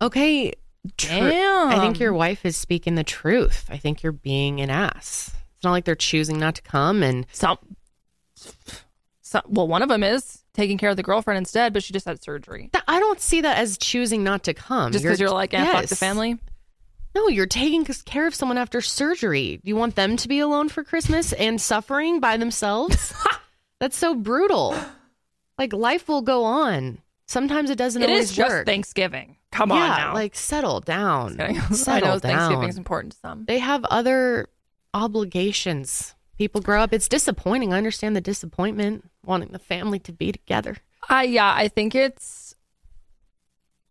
A: Okay. I
B: Damn.
A: think your wife is speaking the truth. I think you're being an ass. It's not like they're choosing not to come and
B: Some, some well, one of them is taking care of the girlfriend instead, but she just had surgery.
A: Th- I don't see that as choosing not to come.
B: Just because you're, like, eh, fuck the
A: Um, Yes.
B: family.
A: No, you're taking c- care of someone after surgery. You want them to be alone for Christmas and suffering by themselves? That's so brutal. Like life will go on. Sometimes it doesn't
B: It
A: always
B: is just
A: work.
B: Thanksgiving. Come on
A: yeah,
B: now.
A: like settle down.
B: I
A: Settle
B: know
A: down.
B: Thanksgiving's important to some.
A: they have other obligations. People grow up. It's disappointing. I understand the disappointment, wanting the family to be together.
B: I Uh, yeah, I think it's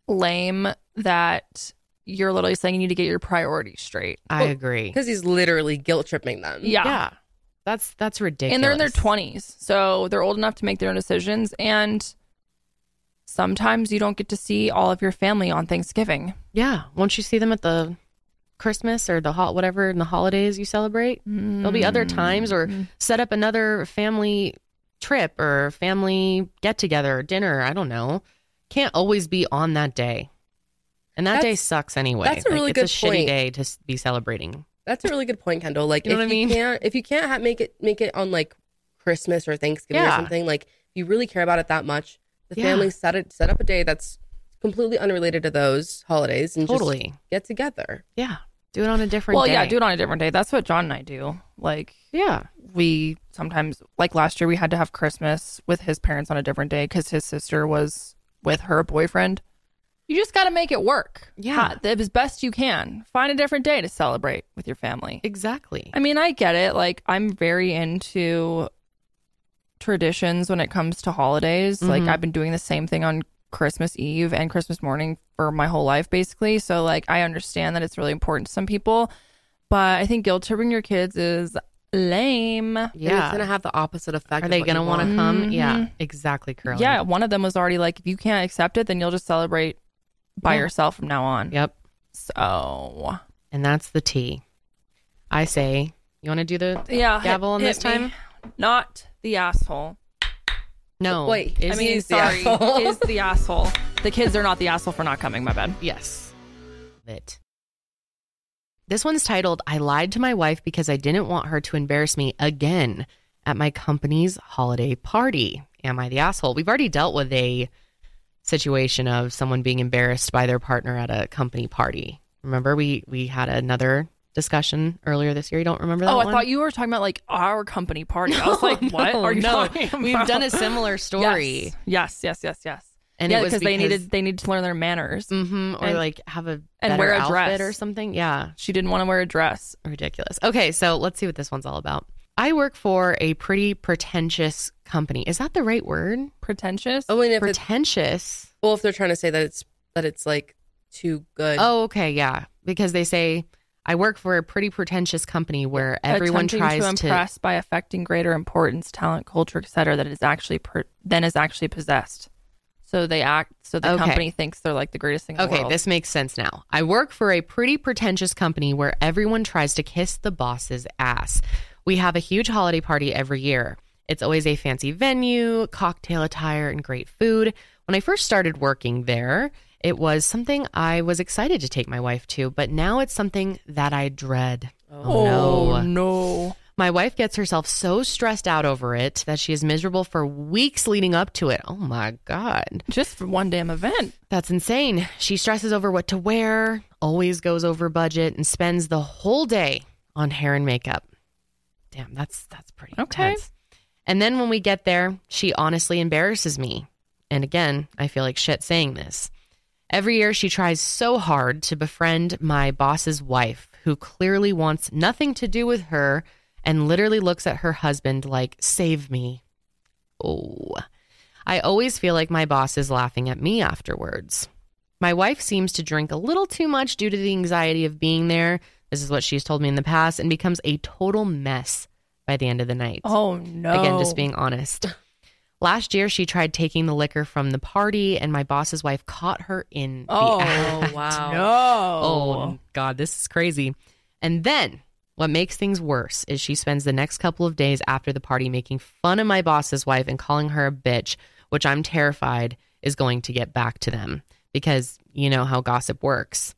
B: lame that you're literally saying you need to get your priorities straight.
A: I agree.
E: Because he's literally guilt tripping them.
B: Yeah.
A: Yeah, that's that's ridiculous.
B: And they're in their 20s. So they're old enough to make their own decisions and sometimes you don't get to see all of your family on Thanksgiving.
A: Yeah, won't you see them at the Christmas or the hot whatever in the holidays you celebrate? There'll be other times, or set up another family trip or family get together, dinner. I don't know. Can't always be on that day, and that day
E: That's-
A: sucks anyway.
E: that's a really
A: it's a
E: good
A: shitty
E: point.
A: day to s- be celebrating.
E: That's a really good point, Kendall. Like,
A: You know
E: if
A: what I
E: you
A: mean?
E: can't, if you can't ha- make it make it on like Christmas or Thanksgiving
A: Yeah.
E: or something, like if you really care about it that much, the
A: Yeah.
E: family set it set up a day that's completely unrelated to those holidays and
A: Totally.
E: just get together.
A: Yeah, do it on a different.
B: Well,
A: day.
B: yeah, do it on a different day. That's what John and I do. Like
A: Yeah,
B: we sometimes like last year we had to have Christmas with his parents on a different day cuz his sister was with her boyfriend. You just got to make it work.
A: Yeah.
B: Ha- As best you can. Find a different day to celebrate with your family.
A: Exactly.
B: I mean, I get it. Like, I'm very into traditions when it comes to holidays. Like, I've been doing the same thing on Christmas Eve and Christmas morning for my whole life, basically. So, like, I understand that it's really important to some people, but I think guilt tripping your kids is lame.
E: And it's gonna
A: Yeah.
E: have the opposite effect.
A: Are
E: of
A: they
E: what
A: going to
E: you
A: want to
E: want
A: come? Yeah. Exactly, Curly.
B: Mm-hmm. Yeah, one of them was already like, if you can't accept it, then you'll just celebrate by
A: Yeah.
B: yourself from now on.
A: Yep.
B: So,
A: And that's the T. I say, you want to do the
B: yeah,
A: gavel on
B: hit
A: this
B: me.
A: time?
B: Not the asshole.
A: No.
E: Wait,
A: Is
B: I mean,
A: he-
E: He's the
B: sorry,
E: asshole.
B: is the asshole. The kids are not the asshole for not coming. My bad.
A: yes. It. This one's titled I Lied to My Wife Because I Didn't Want Her to Embarrass Me Again at My Company's Holiday Party. Am I the asshole? We've already dealt with a situation of someone being embarrassed by their partner at a company party. Remember, we we had another discussion earlier this year. You don't remember that
B: Oh, I
A: one?
B: thought you were talking about like our company party. I was like, what
A: No,
B: are you
A: no.
B: talking about?
A: We've done a similar story.
B: Yes, yes, yes, yes. yes.
A: And
B: yeah,
A: it was
B: because they needed they needed to learn their manners.
A: hmm or
B: And-
A: like have a
B: and
A: better
B: wear a
A: outfit
B: dress.
A: or something. Yeah,
B: She didn't want to wear a dress.
A: ridiculous. Okay, so let's see what this one's all about. I work for a pretty pretentious company. Is that the right word?
B: Pretentious.
E: Oh, and if it's
A: Pretentious.
E: well, if they're trying to say that it's that it's like too good.
A: Oh, okay, yeah, because they say I work for a pretty pretentious company where everyone
B: Attempting
A: tries
B: to impress by affecting greater importance, talent, culture, etc. That is actually per- then is actually possessed. So they act. So the
A: Okay.
B: company thinks they're like the greatest thing. In
A: Okay,
B: the world.
A: this makes sense now. I work for a pretty pretentious company where everyone tries to kiss the boss's ass. We have a huge holiday party every year. It's always a fancy venue, cocktail attire, and great food. When I first started working there, it was something I was excited to take my wife to, but now it's something that I dread. Oh,
B: Oh
A: no.
B: no!
A: My wife gets herself so stressed out over it that she is miserable for weeks leading up to it. Oh my God.
B: Just for one damn event.
A: That's insane. She stresses over what to wear, always goes over budget, and spends the whole day on hair and makeup. Damn, that's that's pretty
B: Okay.
A: intense. And then when we get there, she honestly embarrasses me. And again, I feel like shit saying this. Every year she tries so hard to befriend my boss's wife, who clearly wants nothing to do with her and literally looks at her husband like, "Save me." Oh. I always feel like my boss is laughing at me afterwards. My wife seems to drink a little too much due to the anxiety of being there. This is what she's told me in the past and becomes a total mess by the end of the night.
B: Oh no!
A: Again, just being honest. Last year, she tried taking the liquor from the party, and my boss's wife caught her in
B: Oh,
A: the act.
E: wow.
B: No.
A: Oh, God, this is crazy. And then what makes things worse is she spends the next couple of days after the party making fun of my boss's wife and calling her a bitch, which I'm terrified is going to get back to them because you know how gossip works.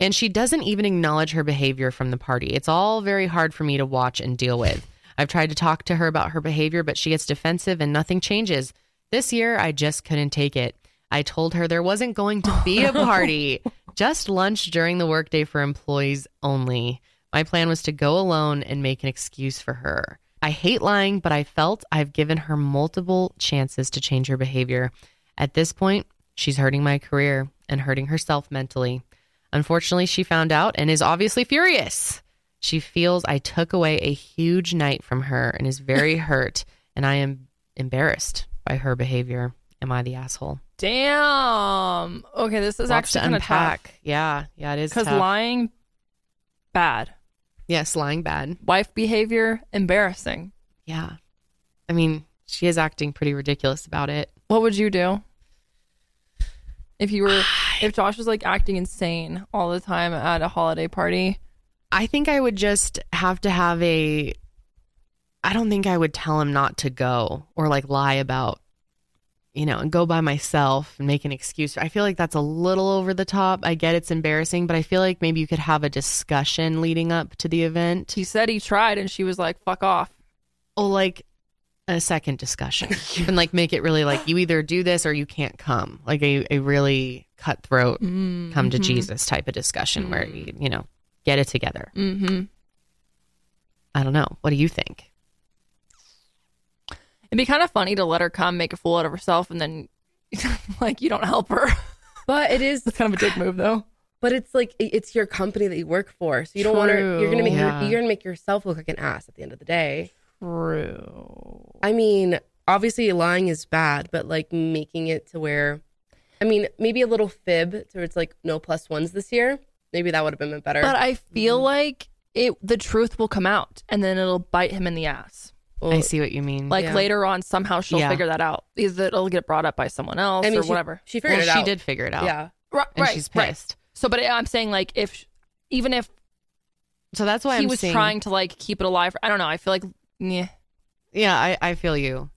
A: And she doesn't even acknowledge her behavior from the party. It's all very hard for me to watch and deal with. I've tried to talk to her about her behavior, but she gets defensive and nothing changes. This year, I just couldn't take it. I told her there wasn't going to be a party, just lunch during the workday for employees only. My plan was to go alone and make an excuse for her. I hate lying, but I felt I've given her multiple chances to change her behavior. At this point, she's hurting my career and hurting herself mentally. Unfortunately, she found out and is obviously furious. She feels I took away a huge night from her and is very hurt, and I am embarrassed by her behavior. Am I the asshole?
B: Damn. Okay, this is
A: Lots
B: actually kind of tough
A: Yeah, yeah, it is.
B: because
A: tough.
B: lying, bad.
A: yes, lying bad.
B: Wife behavior, embarrassing.
A: Yeah, I mean, she is acting pretty ridiculous about it.
B: What would you do if you were if Josh was like acting insane all the time at a holiday party?
A: I think I would just have to have a. I don't think I would tell him not to go or like lie about, you know, and go by myself and make an excuse. I feel like that's a little over the top. I get it's embarrassing, but I feel like maybe you could have a discussion leading up to the event.
B: He said he tried, and she was like, "Fuck off."
A: Oh, like a second discussion and like make it really like you either do this or you can't come. Like a, a really cutthroat,
B: Mm-hmm.
A: come to Jesus type of discussion where you, you know, get it together.
B: Mm-hmm.
A: I don't know. What do you think?
B: It'd be kind of funny to let her come, make a fool out of herself, and then like you don't help her.
E: But it is
B: It's kind of a dick move, though.
E: but it's like it- it's your company that you work for. So you don't want to you're going
B: True.
E: to make your-
A: Yeah.
E: you're, going to make yourself look like an ass at the end of the day.
B: True.
E: I mean, obviously lying is bad, but like making it to where I mean, maybe a little fib to where it's like no plus ones this year. Maybe that would have been better.
B: But I feel like it. The truth will come out, and then it'll bite him in the ass.
E: Well,
A: I see what you mean.
B: Like
E: Yeah.
B: later on, somehow she'll
A: Yeah.
B: figure that out. Either it'll get brought up by someone else
E: I mean,
B: or
E: she-
B: whatever.
E: She figured
A: well,
E: it
A: she
E: out.
A: did figure it out.
E: Yeah.
B: Right.
A: And she's pissed.
B: So, but I'm saying like if even if
A: So that's why
B: he
A: I'm
B: was
A: saying-
B: trying to like keep it alive, I don't know. I feel like yeah.
A: Yeah, I, I feel you.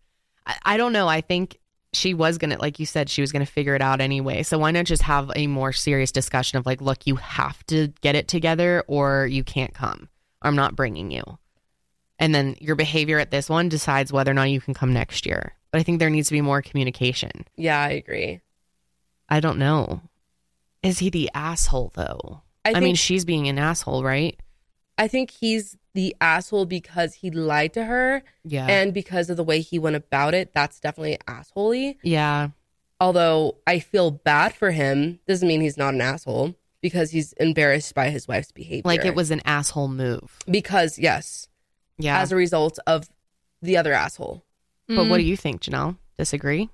A: I, I don't know. I think she was going to, like you said, she was going to figure it out anyway. So why not just have a more serious discussion of like, look, you have to get it together or you can't come. I'm not bringing you. And then your behavior at this one decides whether or not you can come next year. But I think there needs to be more communication.
E: Yeah, I agree.
A: I don't know. Is he the asshole though?
E: I,
A: I,
E: think,
A: mean, she's being an asshole, right?
E: I think he's the asshole because he lied to her
A: Yeah.
E: and because of the way he went about it. That's definitely assholey.
A: yeah.
E: although I feel bad for him, doesn't mean he's not an asshole because he's embarrassed by his wife's behavior.
A: Like it was an asshole move.
E: because yes,
A: Yeah.
E: as a Mm-hmm. result of the other asshole.
A: but what do you think, Janelle? Disagree?
B: Mm.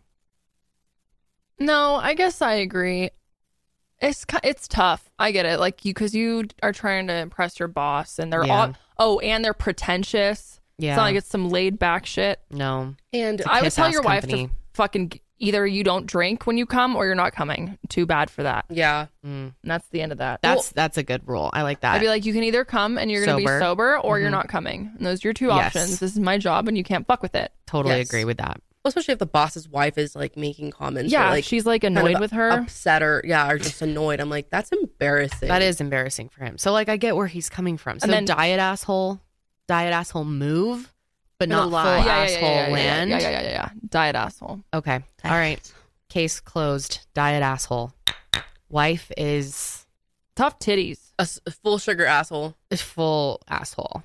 B: No, I guess I agree. It's ki- it's tough. I get it. Like you, because you are trying to impress your boss, and they're
A: Yeah.
B: all oh, and they're pretentious.
A: Yeah.
B: It's not like it's some laid back shit.
A: No.
E: And
A: It's a
B: I would tell
A: kiss-ass
B: your wife to
A: company.
B: fucking g- either you don't drink when you come or you're not coming. Too bad for that.
E: yeah,
A: Mm.
B: And that's the end of that.
A: That's that's a good rule. I like that.
B: I'd be like, you can either come and you're gonna
A: Sober.
B: be sober, or you're
A: Mhm.
B: not coming. And those are your two
A: Yes.
B: options. This is my job, and you can't fuck with it.
A: totally
E: Yes.
A: agree with that.
E: especially if the boss's wife is like making comments.
B: yeah,
E: or, like
B: she's like
E: kind of
B: annoyed with her.
E: upset or yeah, or just annoyed. I'm like, that's embarrassing.
A: That is embarrassing for him. So like I get where he's coming from. So
B: And then-
A: diet asshole, diet asshole move, but
E: And a
A: not full
E: lie. Yeah,
B: yeah, yeah,
A: asshole
B: yeah, yeah, yeah,
A: land.
B: Yeah, yeah, yeah, yeah, yeah. Diet asshole.
A: Okay. All right. Case closed. Diet asshole. Wife is
B: Tough titties.
E: a s- a full sugar asshole.
A: a full asshole.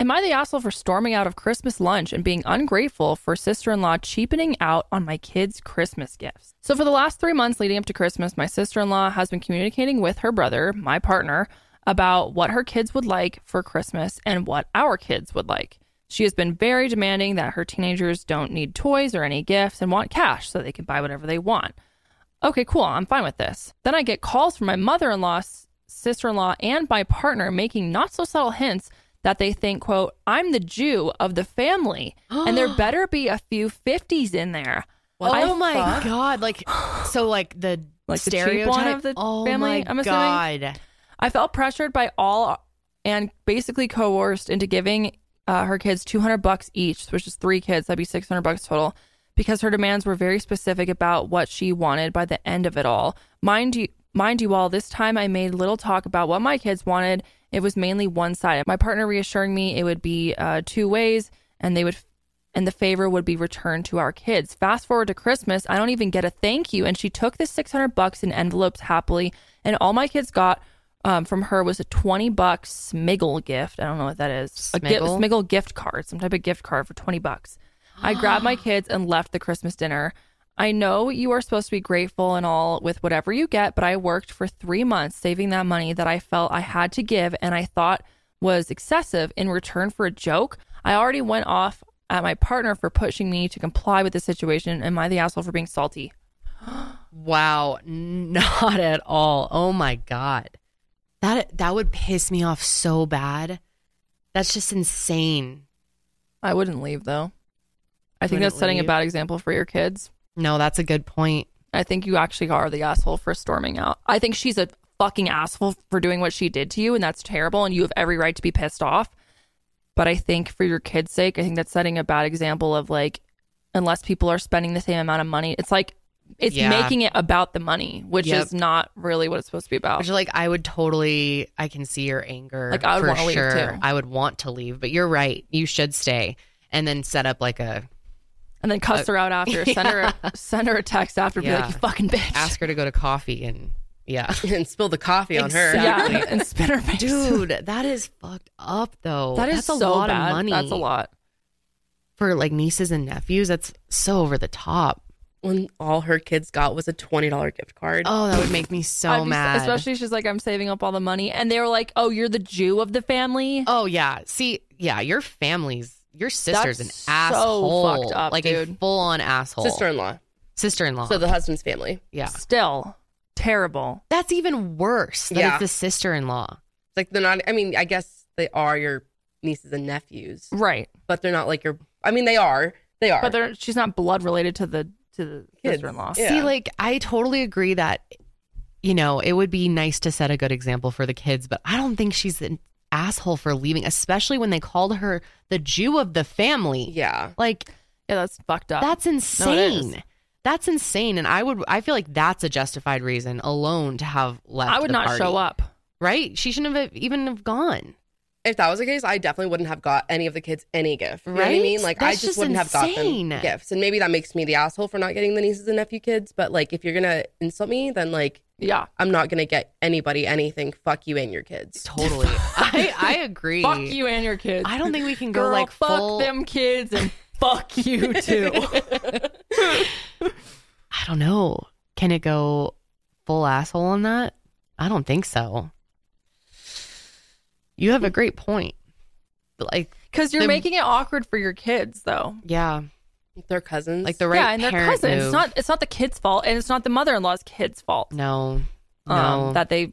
B: Am I the asshole for storming out of Christmas lunch and being ungrateful for sister in law cheapening out on my kids' Christmas gifts? So, for the last three months leading up to Christmas, my sister in law has been communicating with her brother, my partner, about what her kids would like for Christmas and what our kids would like. She has been very demanding that her teenagers don't need toys or any gifts and want cash so they can buy whatever they want. Okay, cool. I'm fine with this. Then I get calls from my mother in law, sister in law, and my partner making not so subtle hints that they think, quote, I'm the Jew of the family. and there better be a few 50s in there. I
A: oh my
B: fuck-
A: god! Like so, like the
B: Like the cheap one
A: stereotype
B: of the
A: oh My
B: family, I'm assuming?
A: god.
B: I felt pressured by all and basically coerced into giving uh, her kids 200 bucks each, which is three kids. That'd be 600 bucks total because her demands were very specific about what she wanted by the end of it all. Mind you, mind you all, this time I made little talk about what my kids wanted. It was mainly one sided. My partner reassuring me it would be uh, two ways and they would and the favor would be returned to our kids. Fast forward to Christmas, I don't even get a thank you. And she took the 600 bucks in envelopes happily. And all my kids got um, from her was a 20 bucks Smiggle gift. I don't know what that is. A gi-
A: Smiggle?
B: Smiggle gift card, some type of gift card for 20 bucks. I grabbed my kids and left the Christmas dinner. I know you are supposed to be grateful and all with whatever you get, but I worked for three months saving that money that I felt I had to give and I thought was excessive in return for a joke. I already went off at my partner for pushing me to comply with the situation. Am I the asshole for being salty?
A: Wow, not at all. Oh my god. That that would piss me off so bad. That's just insane.
B: I wouldn't leave though. I think
A: Wouldn't
B: that's setting
A: leave.
B: a bad example for your kids.
A: No, that's a good point.
B: I think you actually are the asshole for storming out. I think she's a fucking asshole for doing what she did to you, and that's terrible, and you have every right to be pissed off. But I think for your kids' sake, I think that's setting a bad example of like, unless people are spending the same amount of money, it's like, it's
A: Yeah.
B: making it about the money, which
A: Yep.
B: is not really what it's supposed to be about.
A: Which like I would totally I can see your anger.
B: Oh. Like, I would
A: for
B: wanna leave,
A: sure.
B: too.
A: I would want to leave, but you're right. You should stay and then set up like a
B: And then cuss her out after, send, her a, send her a text after, be
A: Yeah.
B: like, you fucking bitch.
A: ask her to go to coffee and yeah.
E: and spill the coffee on her.
B: Yeah, and spin her face.
A: Dude, that is fucked up though.
B: that is
A: That's
B: so
A: a lot
B: bad.
A: of money.
B: That's a lot.
A: for like nieces and nephews. That's so over the top.
E: when all her kids got was a twenty dollar gift card.
A: Oh, that would make me so
B: I'd be-
A: mad.
B: Especially she's like, I'm saving up all the money. And they were like, oh, you're the Jew of the family.
A: Oh yeah. See, yeah, your family's your sister's
B: That's
A: an
B: so
A: asshole.
B: fucked up,
A: like a
B: dude.
A: full on asshole.
E: Sister in law.
A: Sister in law.
E: So the husband's family.
A: yeah.
B: Still terrible.
A: That's even worse that
E: Yeah.
A: it's the sister in law.
E: It's like they're not I mean, I guess they are your nieces and nephews.
B: Right.
E: But they're not like your I mean they are. They are.
B: But they're, she's not blood related to the to the
E: Kids.
B: sister in law.
E: Yeah.
A: See, like I totally agree that you know, it would be nice to set a good example for the kids, but I don't think she's an asshole for leaving, especially when they called her the Jew of the family.
E: yeah.
A: Like
B: Yeah, that's fucked up.
A: That's insane.
B: is.
A: that's insane. And I would I feel like that's a justified reason alone to have left.
B: I would
A: the
B: not
A: party,
B: show up.
A: Right? She shouldn't have even have gone.
E: If that was the case, I definitely wouldn't have got any of the kids any gift. You know what I
A: Right?
E: mean? Like I
A: That's
E: just,
A: just
E: wouldn't have got
A: insane.
E: them gifts. And maybe that makes me the asshole for not getting the nieces and nephew kids. But like if you're gonna insult me, then like
B: Yeah.
E: I'm not gonna get anybody anything. Fuck you and your kids.
A: Totally. I, I agree.
B: Fuck you and your kids.
A: I don't think we can go
B: Girl,
A: like
B: fuck
A: full
B: them kids and fuck you too.
A: I don't know. Can it go full asshole on that? I don't think so. You have a great point. Like
B: Because you're
A: The-
B: making it awkward for your kids though.
A: yeah,
E: They're cousins.
A: like the right
B: yeah, and their
A: parent
B: cousins. It's
A: move.
B: not it's not the kid's fault and it's not the mother in law's kid's fault.
A: no, no.
B: Um that they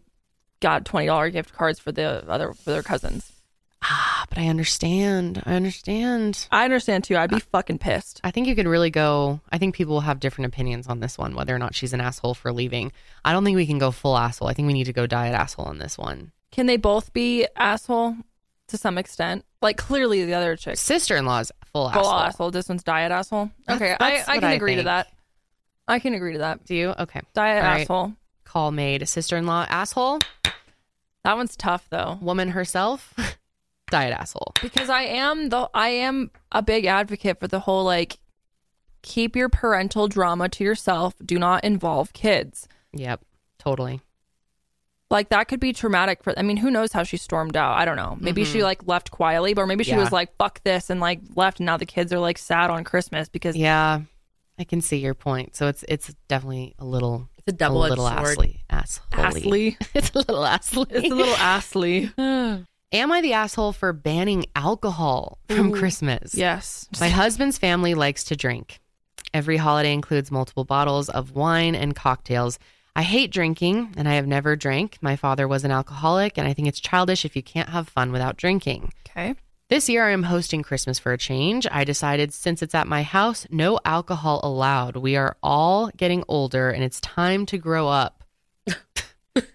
B: got twenty dollar gift cards for the other for their cousins.
A: ah, but I understand. I understand.
B: I understand too. I'd be
A: Uh.
B: fucking pissed.
A: I think you could really go. I think people will have different opinions on this one, whether or not she's an asshole for leaving. I don't think we can go full asshole. I think we need to go diet asshole on this one.
B: Can they both be asshole to some extent? Like clearly the other chick.
A: Sister in law's full
B: Full
A: asshole.
B: asshole. This one's diet asshole.
A: That's-
B: okay,
A: that's
B: I, I
A: what
B: can
A: I
B: agree
A: think.
B: to that. I can agree to that.
A: Do you? Okay.
B: Diet
A: All right.
B: asshole.
A: Call made. Sister in law asshole.
B: That one's tough though.
A: Woman herself. diet asshole.
B: because I am the I am a big advocate for the whole like keep your parental drama to yourself. Do not involve kids.
A: Yep. Totally.
B: Like that could be traumatic for I mean, who knows how she stormed out. I don't know. Maybe she like left quietly, or maybe she
A: Mm-hmm. Yeah.
B: was like, fuck this and like left and now the kids are like sad on Christmas because
A: Yeah. I can see your point. So it's it's definitely a little
E: it's a
A: a
E: double edged
A: little
E: sword.
A: assly. Assholey.
B: Ashley.
A: it's a little assly.
B: It's a little Ashley.
A: Am I the asshole for banning alcohol from Christmas?
B: yes.
A: My husband's family likes to drink. Every holiday includes multiple bottles of wine and cocktails. I hate drinking and I have never drank. My father was an alcoholic, and I think it's childish if you can't have fun without drinking.
B: Okay.
A: This year, I am hosting Christmas for a change. I decided since it's at my house, no alcohol allowed. We are all getting older and it's time to grow up.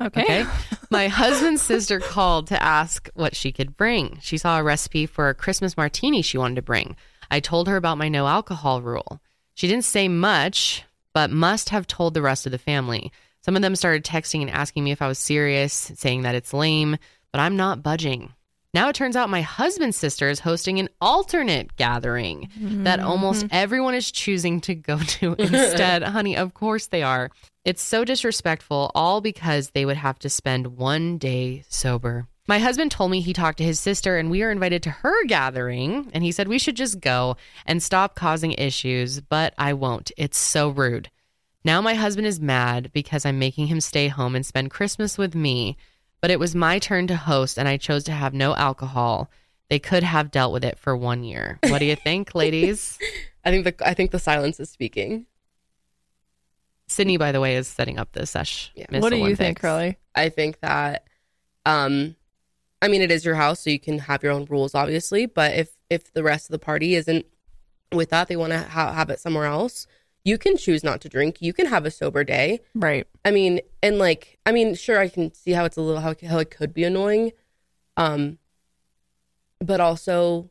B: Okay.
A: Okay. My husband's sister called to ask what she could bring. She saw a recipe for a Christmas martini she wanted to bring. I told her about my no alcohol rule. She didn't say much, but must have told the rest of the family. Some of them started texting and asking me if I was serious, saying that it's lame, but I'm not budging. Now it turns out my husband's sister is hosting an alternate gathering that almost everyone is choosing to go to instead. Honey, of course they are. It's so disrespectful, all because they would have to spend one day sober. My husband told me he talked to his sister and we were invited to her gathering. And he said we should just go and stop causing issues, but I won't. It's so rude. Now my husband is mad because I'm making him stay home and spend Christmas with me, but it was my turn to host and I chose to have no alcohol. They could have dealt with it for one year. What do you think, ladies?
E: I think the I think the silence is speaking.
A: Sydney, by the way, is setting up this sesh.
E: Yeah.
A: Miss
B: What do you
A: Olympics.
B: think, Curly?
E: I think that um I mean it is your house so you can have your own rules obviously, but if if the rest of the party isn't with that, they want to ha- have it somewhere else, you can choose not to drink. You can have a sober day.
B: Right.
E: I mean, and like I mean, sure I can see how it's a little how, how it could be annoying. Um but also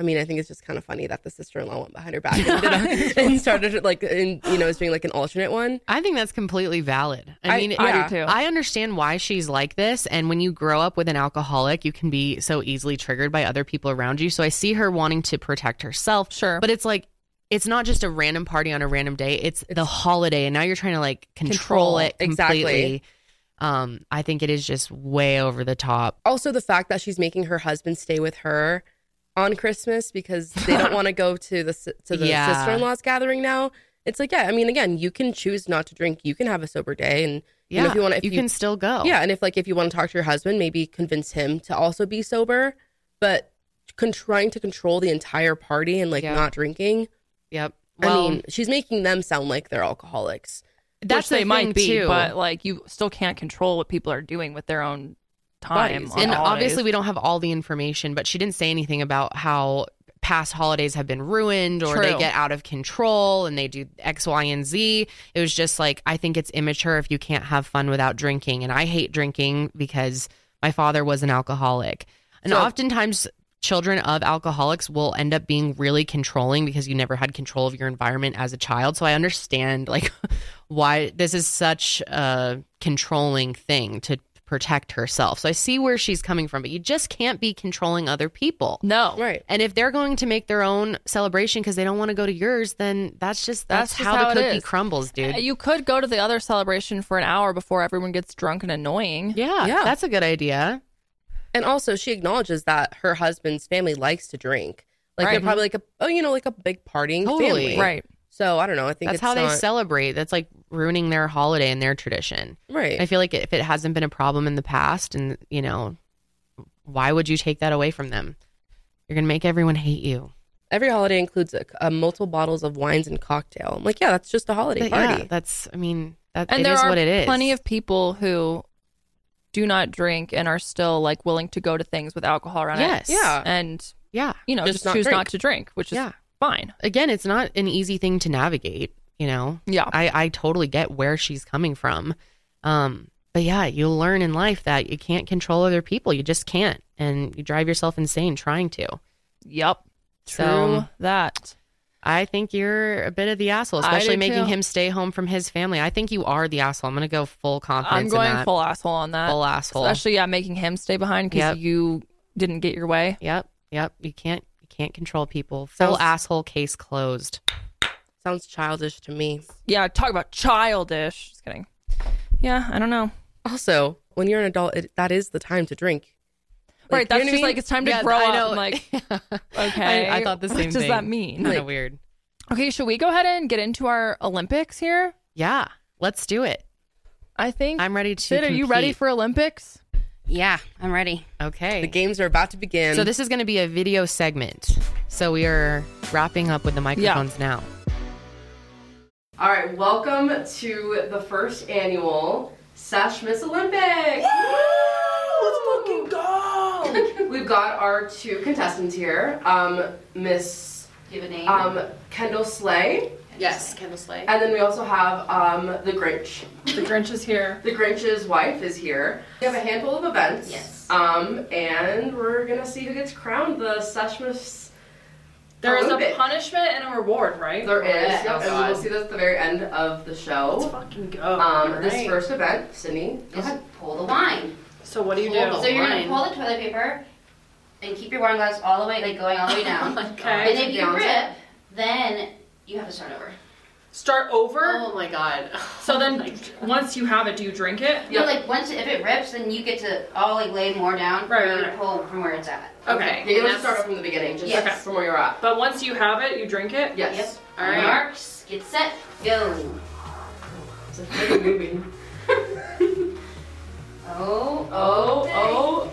E: I mean, I think it's just kind of funny that the sister-in-law went behind her back and, did a, and started like, and you know, is doing like an alternate one.
A: I think that's completely valid. I,
E: I-
A: mean,
E: I do
A: yeah.
B: too.
A: I understand why she's like this. And when you grow up with an alcoholic, you can be so easily triggered by other people around you. So I see her wanting to protect herself.
B: Sure.
A: But it's like, it's not just a random party on a random day. It's, the holiday, and now you're trying to like control,
E: Control,
A: it
E: exactly.
A: completely. Um, I think it is just way over the top.
E: also the fact that she's making her husband stay with her on Christmas because they don't want to go to the si- to the
A: Yeah.
E: sister in law's gathering now. it's like yeah. I mean, again, you can choose not to drink. You can have a sober day, and
A: Yeah.
E: if you wanna- if
A: you,
E: you-
A: can still go.
E: yeah, and if like if you want to talk to your husband, maybe convince him to also be sober. But con- trying to control the entire party and like
A: Yeah.
E: not drinking.
A: Yep. Well,
E: I mean, she's making them sound like they're alcoholics.
A: that's
B: Which they
A: the thing,
B: might be,
A: too.
B: but like you still can't control what people are doing with their own time.
A: Bodies.
B: on
A: And
B: holidays.
A: obviously, we don't have all the information, but she didn't say anything about how past holidays have been ruined or they
B: True.
A: get out of control and they do X, Y, and Z. It was just like, I think it's immature if you can't have fun without drinking. And I hate drinking because my father was an alcoholic. And
E: So-
A: oftentimes, children of alcoholics will end up being really controlling because you never had control of your environment as a child. So I understand, like, why this is such a controlling thing to protect herself. So I see where she's coming from, but you just can't be controlling other people.
B: no.
E: Right.
A: And if they're going to make their own celebration because they don't want to go to yours, then that's just that's,
B: That's just
A: how,
B: how it
A: the cookie
B: is.
A: crumbles, dude.
B: You could go to the other celebration for an hour before everyone gets drunk and annoying.
A: yeah,
E: Yeah.
A: that's a good idea.
E: And also, she acknowledges that her husband's family likes to drink. Like
B: Right.
E: they're probably like a oh, you know, like a big partying
A: mm-hmm. Totally.
E: family.
B: Right.
E: So I don't know. I think
A: That's
E: it's
A: how they
E: not-
A: celebrate. That's like ruining their holiday and their tradition.
E: Right.
A: I feel like if it hasn't been a problem in the past, and you know, why would you take that away from them? You're gonna make everyone hate you.
E: Every holiday includes a, a multiple bottles of wines and cocktail. I'm like, yeah, that's just a holiday
A: But
E: party.
A: yeah, that's. I mean, that
B: And
A: it
B: there
A: is
B: are
A: what it is.
B: plenty of people who do not drink and are still like willing to go to things with alcohol around
A: Yes.
B: it.
A: Yeah.
B: And
A: yeah.
B: you know,
E: Just
B: just,
E: not
B: choose
E: drink.
B: not to drink, which is
A: Yeah.
B: fine.
A: Again, it's not an easy thing to navigate. You know,
B: Yeah.
A: I I totally get where she's coming from. Um, but yeah, you learn in life that you can't control other people. You just can't, and you drive yourself insane trying to.
B: Yep. True
A: So-
B: that.
A: I think you're a bit of the asshole,
B: I do
A: especially making
B: too.
A: him stay home from his family. I think you are the asshole. I'm gonna go full confidence.
B: I'm
A: in
B: going
A: that.
B: full asshole on that.
A: full asshole.
B: Especially yeah, making him stay behind
A: Yep.
B: because you didn't get your way.
A: Yep, yep. You can't you can't control people. Full
E: Sounds-
A: asshole case closed.
E: Sounds childish to me.
B: Yeah, talk about childish. Just kidding. Yeah, I don't know.
E: Also, when you're an adult, it, that is the time to drink.
B: right,
E: you know
B: that's
E: what I
B: just
E: mean?
B: like it's time to
A: Yeah,
B: grow
A: I
B: up.
A: know.
B: I'm like, okay,
A: I, I thought the same
B: What does
A: thing.
B: that mean?
A: Kind of weird.
B: Okay, should we go ahead and get into our Olympics here?
A: Yeah, let's do it.
B: I think.
A: I'm ready to.
B: Sid, are you ready
A: compete.
B: for Olympics?
D: Yeah, I'm ready.
A: Okay.
E: The games are about to begin.
A: So this is going to be a video segment. So we are wrapping up with the microphones now.
E: All right, welcome to the first annual Sash Miss Olympics. Let's fucking go! We've got our two contestants here, um, Miss
D: Do you have a name?
E: um, Kendall Slay,
D: yes, Kendall Slay.
E: and then we also have um, the Grinch.
B: The Grinch is here.
E: The Grinch's wife is here. We have a handful of events.
D: Yes.
E: Um, and we're gonna see who gets crowned the Sash Miss.
B: There is
E: Olympic.
B: punishment and a reward, right?
E: There is,
D: Oh, Yeah.
E: yep, and we will see that at the very end of the show.
B: fucking go.
E: Um, This first event, Sydney, go
D: Just
E: ahead.
D: pull the wine.
B: so what do you
D: So you're gonna pull the toilet paper and keep your wine glass all the way, like going all the way down.
G: Okay.
D: and if you
E: Down.
D: rip, then you have to start over.
G: Start over.
D: my god.
G: So then, once you have it, do you drink it?
D: You know, like once if it rips, then you get to all like lay more down for
G: Right,
D: you to
G: right.
D: pull from where it's at.
G: Okay.
E: You're
G: and
E: gonna
G: that's-
E: start off from the beginning, just
D: Yes.
E: like from where you're at.
G: But once you have it, you drink it.
E: Yes.
D: Yep. All right. Marks, get set, go.
E: It's like really moving.
D: Oh.
E: Oh, oh,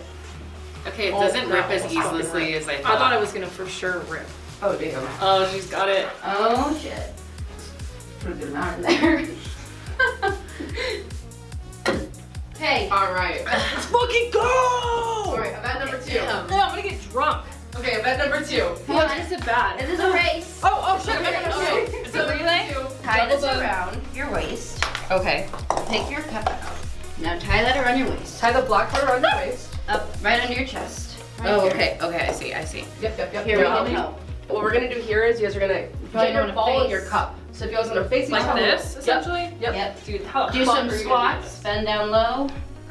H: Okay, it
E: Oh,
H: doesn't
E: no,
H: rip as
E: it's not gonna
H: easily as I
G: I
H: thought.
G: thought I was gonna for sure rip.
E: oh, damn.
G: Oh, she's got it.
D: Oh shit. Put a good amount in there. hey.
E: All right.
G: Let's fucking
E: All
G: go!
E: right, event number two.
G: No, I'm gonna get drunk.
E: Okay, event number two.
D: Come on.
G: Is it bad?
D: This is a race.
G: Oh, oh shit! No, no, no, no. Is it relay?
D: Tie this around your waist.
E: Okay.
D: Take your cup out. Now tie that around your waist.
E: Tie the black cord around your waist.
D: Up right under your chest. Right
H: oh,
D: here.
H: okay, okay, I see, I see.
E: Yep, yep, yep.
D: Here we
E: You're
D: go.
E: helping. What we're gonna do here is you guys are gonna
D: Probably
E: get your
D: wanna
E: ball in
D: face.
E: your cup. So if you guys want to face each
G: Like
E: other.
G: this,
E: Yep.
G: essentially.
E: Yep.
D: Yep.
G: Dude, how? the
D: Do
G: fuck are
D: some
G: you gonna do
D: squats.
G: this?
D: Bend down low.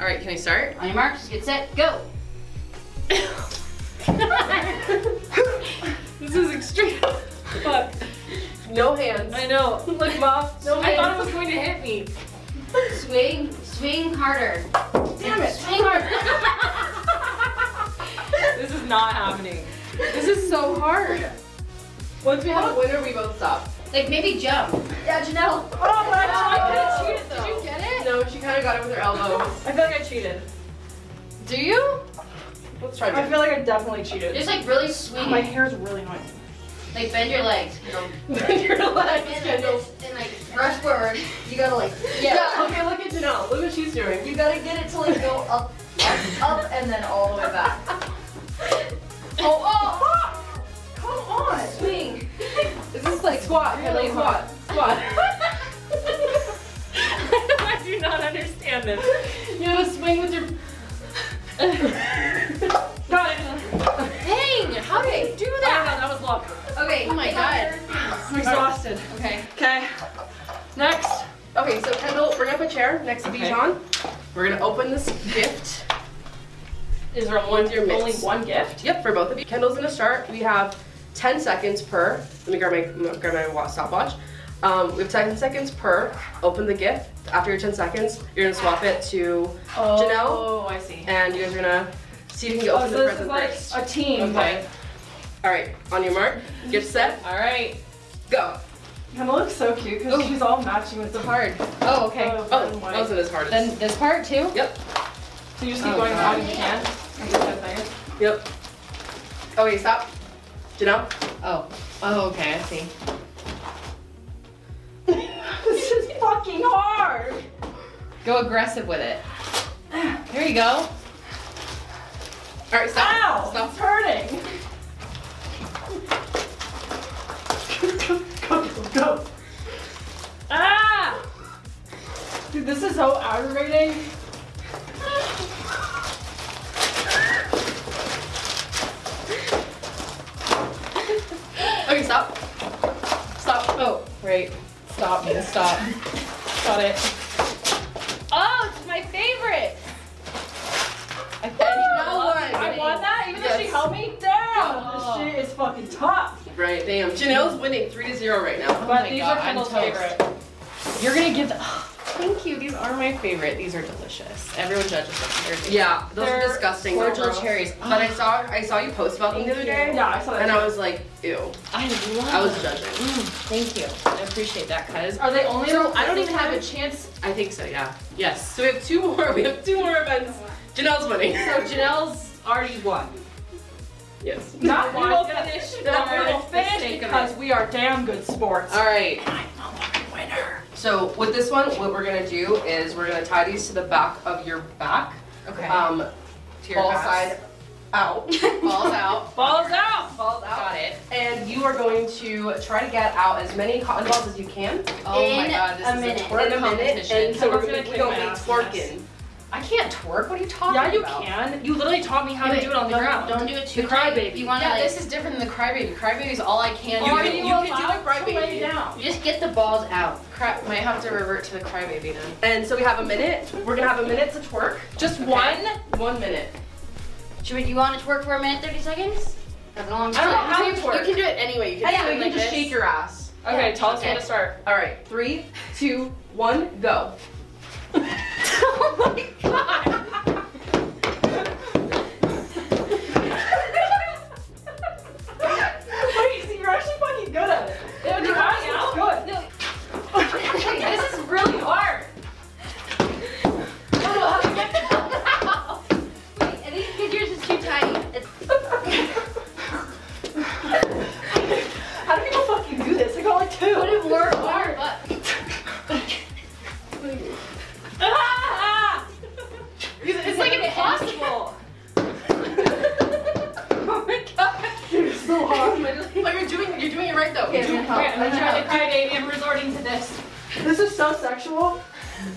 H: All right, can we start?
D: On your marks, get set, go.
G: This is extreme. Fuck.
E: No hands.
G: I know. Look, mom. No, I
D: Swing.
G: thought it was going to hit me.
D: Swing, swing harder. Damn it. Swing harder.
G: This is not happening.
E: This is so hard. Once we have a winner, we both stop.
A: Like maybe jump.
G: Yeah, Janelle. Oh, I, I kind of cheated
A: Did you get it?
E: No, she kind of got it with her elbow.
G: I feel like I cheated.
A: Do you?
E: Let's try
G: I
E: again.
G: feel like I definitely cheated.
A: Just like really sweet.
G: My hair's really annoying.
A: Like bend your legs.
G: You're like,
A: and, and like brush forward. You gotta like
G: yeah. Okay, look at Janelle. Look what she's doing.
A: You gotta get it to like go up, up, up, and then all the way back.
G: Oh, oh, fuck! Come on. Swing. This is like squat. Really squat. Squat. I do not understand this. You have a swing with your. Got it.
A: Dang! How did you do that?
G: that was luck.
A: Okay. Oh my god.
G: I'm exhausted.
A: Okay.
G: Okay. Next.
E: Okay, so Kendall, bring up a chair next to Bijan. We're gonna open this gift.
G: Is there
E: With your mix.
G: only one gift?
E: Yep, for both of you. Kendall's gonna start. We have 10 seconds per. Let me grab my grab my wa- stopwatch. Um, we have 10 seconds per. Open the gift. After your 10 seconds, you're gonna swap it to Janelle,
G: I see.
E: and you guys are gonna see who can
G: Oh,
E: open
G: so
E: the
G: this Oh, is
E: present
G: like
E: first.
G: a team.
E: Okay. All right, on your mark, get set,
G: All right.
E: go.
G: Hannah looks so cute because she's all matching with the
A: Hard. Oh, okay.
G: Oh,
E: Oh, that
G: and white.
E: wasn't as hard as.
A: Then this part too.
E: yep,
G: So you just keep going as hard as you can.
E: yep. Okay, stop. Janelle.
A: Oh. Oh, okay. I see.
G: this is fucking hard.
A: Go aggressive with it. There you go.
E: All right, stop.
G: Ow!
E: Stop.
G: It's hurting. go, go, go. Ah! Dude, this is so aggravating.
E: Okay, stop. Stop.
A: Oh, right. Stop me. Stop. Got it. Oh, it's my favorite. I thought you
G: Oh, I won that, even though she
E: Yes.
G: held me down. Oh, This shit is fucking tough.
E: Right, damn. Janelle's winning 3 to 0 right now.
G: but
A: my
G: these
A: God,
G: are
A: I'm
G: Kendall's
A: toast.
G: favorite.
A: You're gonna give. The- Thank you. These are my favorite. These are delicious. Everyone judges them. They're delicious.
E: Yeah, those are
G: They're
E: disgusting. though,
A: Cordial
E: bro.
A: cherries.
E: But I saw I saw you post about them the other day.
G: Yeah, I saw that.
E: And I was like, ew.
A: I love.
E: I was judging.
A: Thank you. I appreciate that, cuz.
G: Are they only?
E: So,
G: available
E: I don't
G: this
E: even have
G: time?
E: a chance. I think so, yeah.
A: Yes.
E: So we have two more. We have two more events. Janelle's winning.
G: So Janelle's already won.
E: yes.
G: Not we
A: won.
G: will finish. Not we will
A: Alright, let's
G: finish
A: take a
G: because Uh, we are damn good sports.
E: All right. winner. So with this one, what we're gonna do is we're gonna tie these to the back of your back.
A: Okay.
E: Um,
A: To your
E: ball
A: pass.
E: side out.
A: Balls out.
G: Balls out.
E: Balls out.
A: Got it.
E: And you are going to try to get out as many cotton balls as you can.
A: Oh my
D: In
A: god, this
D: a
A: is
D: minute.
A: a
E: in
A: twerk
E: a minute,
A: competition.
E: and so we're
G: Someone's
E: gonna
G: gonna
E: be
G: kick
E: going
G: my ass in
E: twerking.
A: I can't twerk. What are you talking
G: Yeah, you
A: about?
G: can. You literally taught me how to do it on the
D: don't,
G: ground.
D: Don't do it too
G: The
D: tight.
G: crybaby.
D: You want to
A: Yeah,
D: like,
A: this is different than the crybaby. Crybaby is all I can
E: You
G: Are
E: can-
G: you,
E: you
A: do.
E: can do
G: allowed
E: the
G: to lay
E: crybaby.
G: down?
D: just get the balls out.
A: Cry- might have to revert to the crybaby then.
E: And so we have a minute. We're gonna have a minute to twerk.
G: Just one?
E: One minute.
D: Should we, do you want it to work for a minute, 30 seconds? That's a long
E: I don't know
D: time.
E: how you twerk. You can do it anyway. You can,
D: Yeah,
E: do it
D: like
E: just
D: this.
E: shake your ass.
G: Okay, tell us
D: okay.
G: when to start.
E: All right, three, two, one, go.
G: Wait, see, you're actually fucking good at it. You're actually good. this is really hard.
D: Oh, I think because yours is too tiny. It's,
G: How do people fucking do this? I got like two. What
D: it work? Hard.
G: Ah! It's like impossible.
E: Oh my god.
G: You're so hard.
E: But you're doing you're doing it right though. You're doing-
G: Okay, I'm trying to cry, baby. I'm resorting to this. This is so sexual.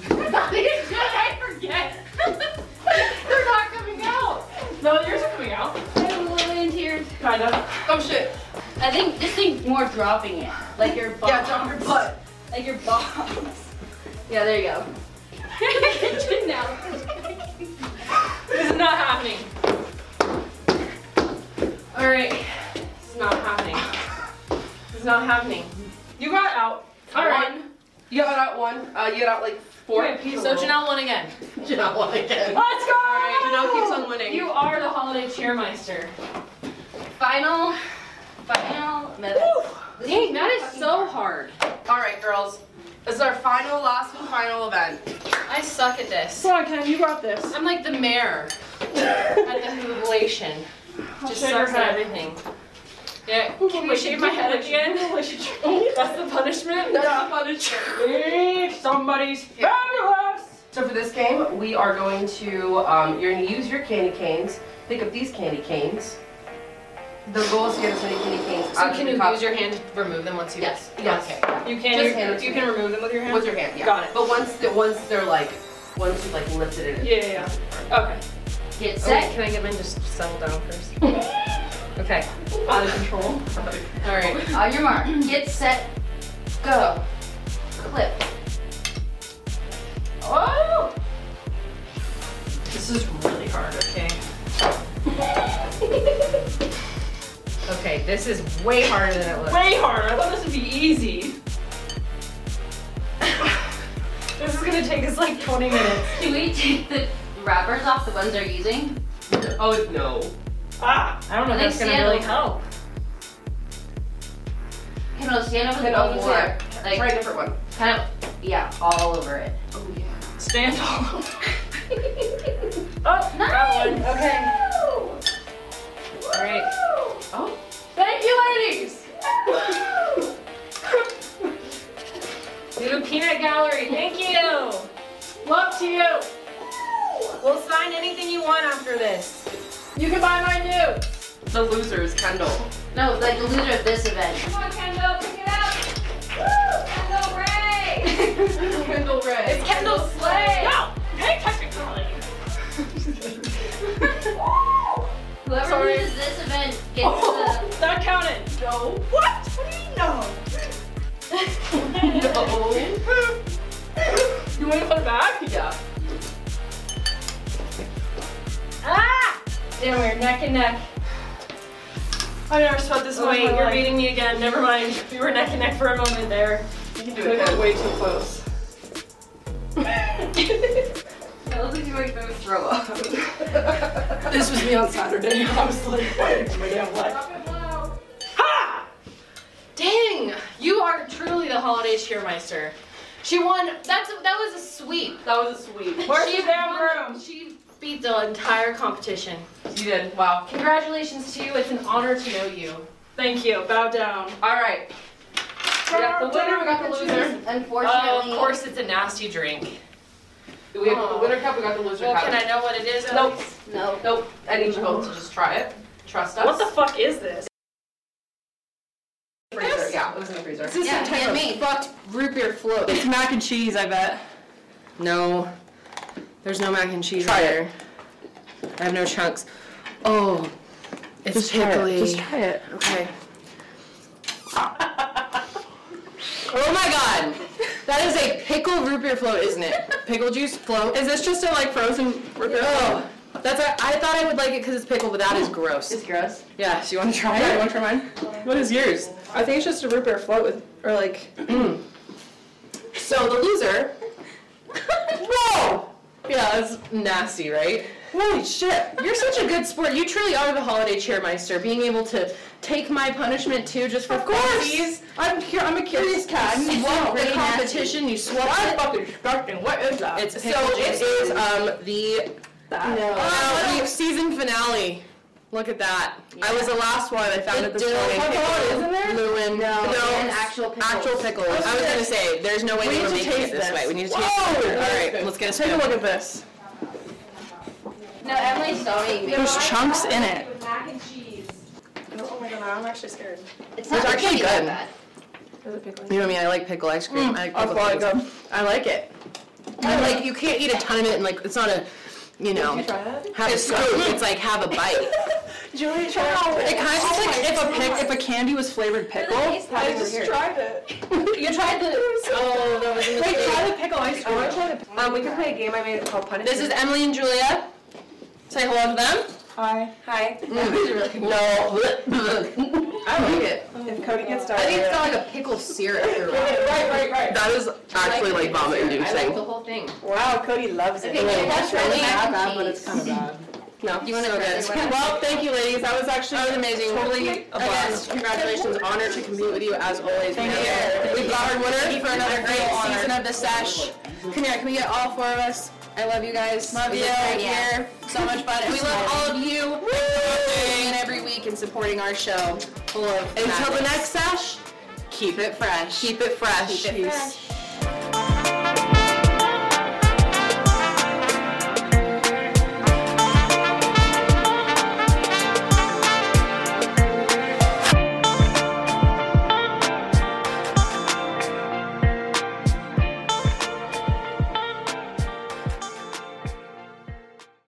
E: I forget. They're not coming out.
G: No, yours are coming out.
D: I have a little in tears.
G: Kind of.
E: Oh shit.
D: I think this thing's more dropping it. Like your balls.
E: Yeah, drop your butt.
D: Like your balls. Yeah, there you go.
G: This is not happening. All right. This is not happening. This is not happening. You got out. All right.
E: One. You got out one. Uh, you got out like four.
G: You're a piece
A: So
G: of-
A: Janelle won again.
E: Janelle won again.
G: Let's go!
E: Janelle keeps on winning.
G: You are the holiday cheermeister.
D: Final. Final.
A: Dang, that is so
G: hard.
E: All right, girls. This is our final, last and final event.
I: I suck at this.
G: Come on, Ken, you got this.
I: I'm like the mayor at the jubilation. Just
G: shave your
I: sucks at
G: head.
I: everything. Yeah, can you shave my head at the end? That's the punishment.
G: Somebody's fabulous.
E: So for this game, we are going to, um, you're going to use your candy canes, pick up these candy canes. The goal is to get as many candy canes
I: So
E: out
I: can
E: of
I: you
E: the cup-
I: use your hand to remove them once you?
E: Yes, yes.
G: You
E: Just hand it
G: can
E: to
G: you,
E: me.
G: you can remove them with your hand.
E: With your hand, yeah.
G: Got it.
E: But once, the, once they're like, once you've like lifted it in.
G: Yeah, yeah, yeah. Okay.
I: Get set. can I get mine just settle down first? okay.
G: Out of control.
I: All right.
J: On your mark, get set, go. Clip.
G: Oh. This is really hard. Okay.
I: Okay. This is way harder than it looks.
G: Way harder. I thought this would be easy. this is gonna take us like 20 minutes.
D: Can we take the wrappers off the ones they're using?
E: Oh no.
G: Ah, I don't know if
D: I
G: that's
D: think
G: gonna
D: Seattle-
G: really help.
D: Can we stand over
E: Then
D: the
E: open
D: bowl
E: to
D: more?
E: it. Try a
D: Like,
E: different one.
D: kind of, yeah, all over it.
G: Stand all. Oh, got one. Okay. All right. Oh,
J: Thank you, ladies.
G: Blue Peanut Gallery, thank you. Love to you. We'll sign anything you want after this. You can buy my new.
E: The loser is Kendall.
D: No, like the loser of this event.
G: Come on, Kendall, pick it up. Kendall Ray.
E: Kendall Ray.
G: Kendall Slay. No, hey, technicality.
D: Whoever
G: Sorry.
D: loses this event gets
G: Not counted. No. What? What do you mean no? You want to put it back?
E: Yeah.
G: Ah! There we're neck and neck. I never sweat this much. Wait, you're beating me again. Never mind. We were neck and neck for a moment there.
E: You can do it. Kendall.
G: way too close.
D: the. It looks like you were going to throw up.
E: this was me on Saturday. I was like,
I: Dang, you are truly the holiday cheermeister. She won. That's a, that was a sweep.
E: that was a sweep.
G: Where's
I: she
G: the damn
I: won-
G: room?
I: She beat the entire competition.
E: You did. Wow.
I: Congratulations to you. It's an honor to know you.
G: Thank you. Bow down.
E: All right. We got the winner. We got the loser.
I: Oh,
D: Unfortunately.
I: of course, it's a nasty drink.
E: We have the winner cup. We got the loser
I: Well,
E: cup.
I: can I know what it is?
E: Nope.
D: No.
E: Nope. I need you both to just try it. Trust us.
G: What the fuck is this?
E: freezer? Yeah, it was in the freezer.
D: Yeah, get me.
K: Fucked root beer float.
A: It's mac and cheese, I bet. No, there's no mac and cheese Try there. I have no chunks. Oh, it's pickly. Just try it. Okay. oh my god, that is a pickle root beer float, isn't it? Pickle juice float. Is this just a like frozen root beer? Oh, that's. A, I thought I would like it because it's pickle, but that is gross. It's gross. Yeah. So you want to try it? You want to try mine? What is yours? I think it's just a root beer float with, or like. so the loser. Whoa! Yeah, that's nasty, right? Holy shit! You're such a good sport. You truly are the holiday cheermeister. Being able to take my punishment too, just for of course. I'm cur- I'm a curious cat. You swap the competition. You swap it.
G: fucking disgusting. What is that?
A: It's so it is um the uh, the season finale. Look at that. I was the last one. I found it this morning. Lewin. No,
D: and actual pickles.
A: actual pickles. I was gonna say, there's no way we were making it this, way. We need to taste it. All right, let's get a Take a look at this.
D: No, Emily's stoning me.
A: There's chunks in it.
G: mac and cheese.
A: Oh my god, I'm actually scared.
D: It's not
A: It's actually
D: really that
A: good.
D: bad.
A: You know what I mean? I like pickle ice cream. Mm, I like pickle things. I like it. I like. You can't eat a ton of it, and like it's not a, you know, have a scoop. It's like have a bite.
L: Julie, try
A: It Oh kind of tastes like if a pick, if a candy was flavored pickle.
L: I just tried it.
A: You tried the. Oh, that was a mistake.
L: the pickle ice cream. I want to try the pickle.
K: Um, we can play a game I made called Punishment.
A: This is Emily and Julia. Say hello to them.
L: Hi.
K: Hi.
A: No. I like it.
L: If Cody gets
A: I think it's
L: diarrhea.
A: got like a pickle syrup.
K: Right, right, right.
A: That is actually like vomit
I: I like the whole thing.
L: Wow, Cody loves it.
D: Okay, that's really
L: It's not
D: mac
L: bad, but
D: and
L: it's
D: cheese.
L: kind of bad.
G: No, you want to Well, thank you, ladies. That was actually amazing. Totally a blast. Congratulations. Honor to compete with you as always. Thank you. We've got our winner for another great season of the sesh. Come here. Can we get all four of us? I love you guys. Love you. Right here. So much fun. And we love all of you. And every week and supporting our show. Full of Until the next sesh, keep it fresh. Keep it fresh. Keep it fresh.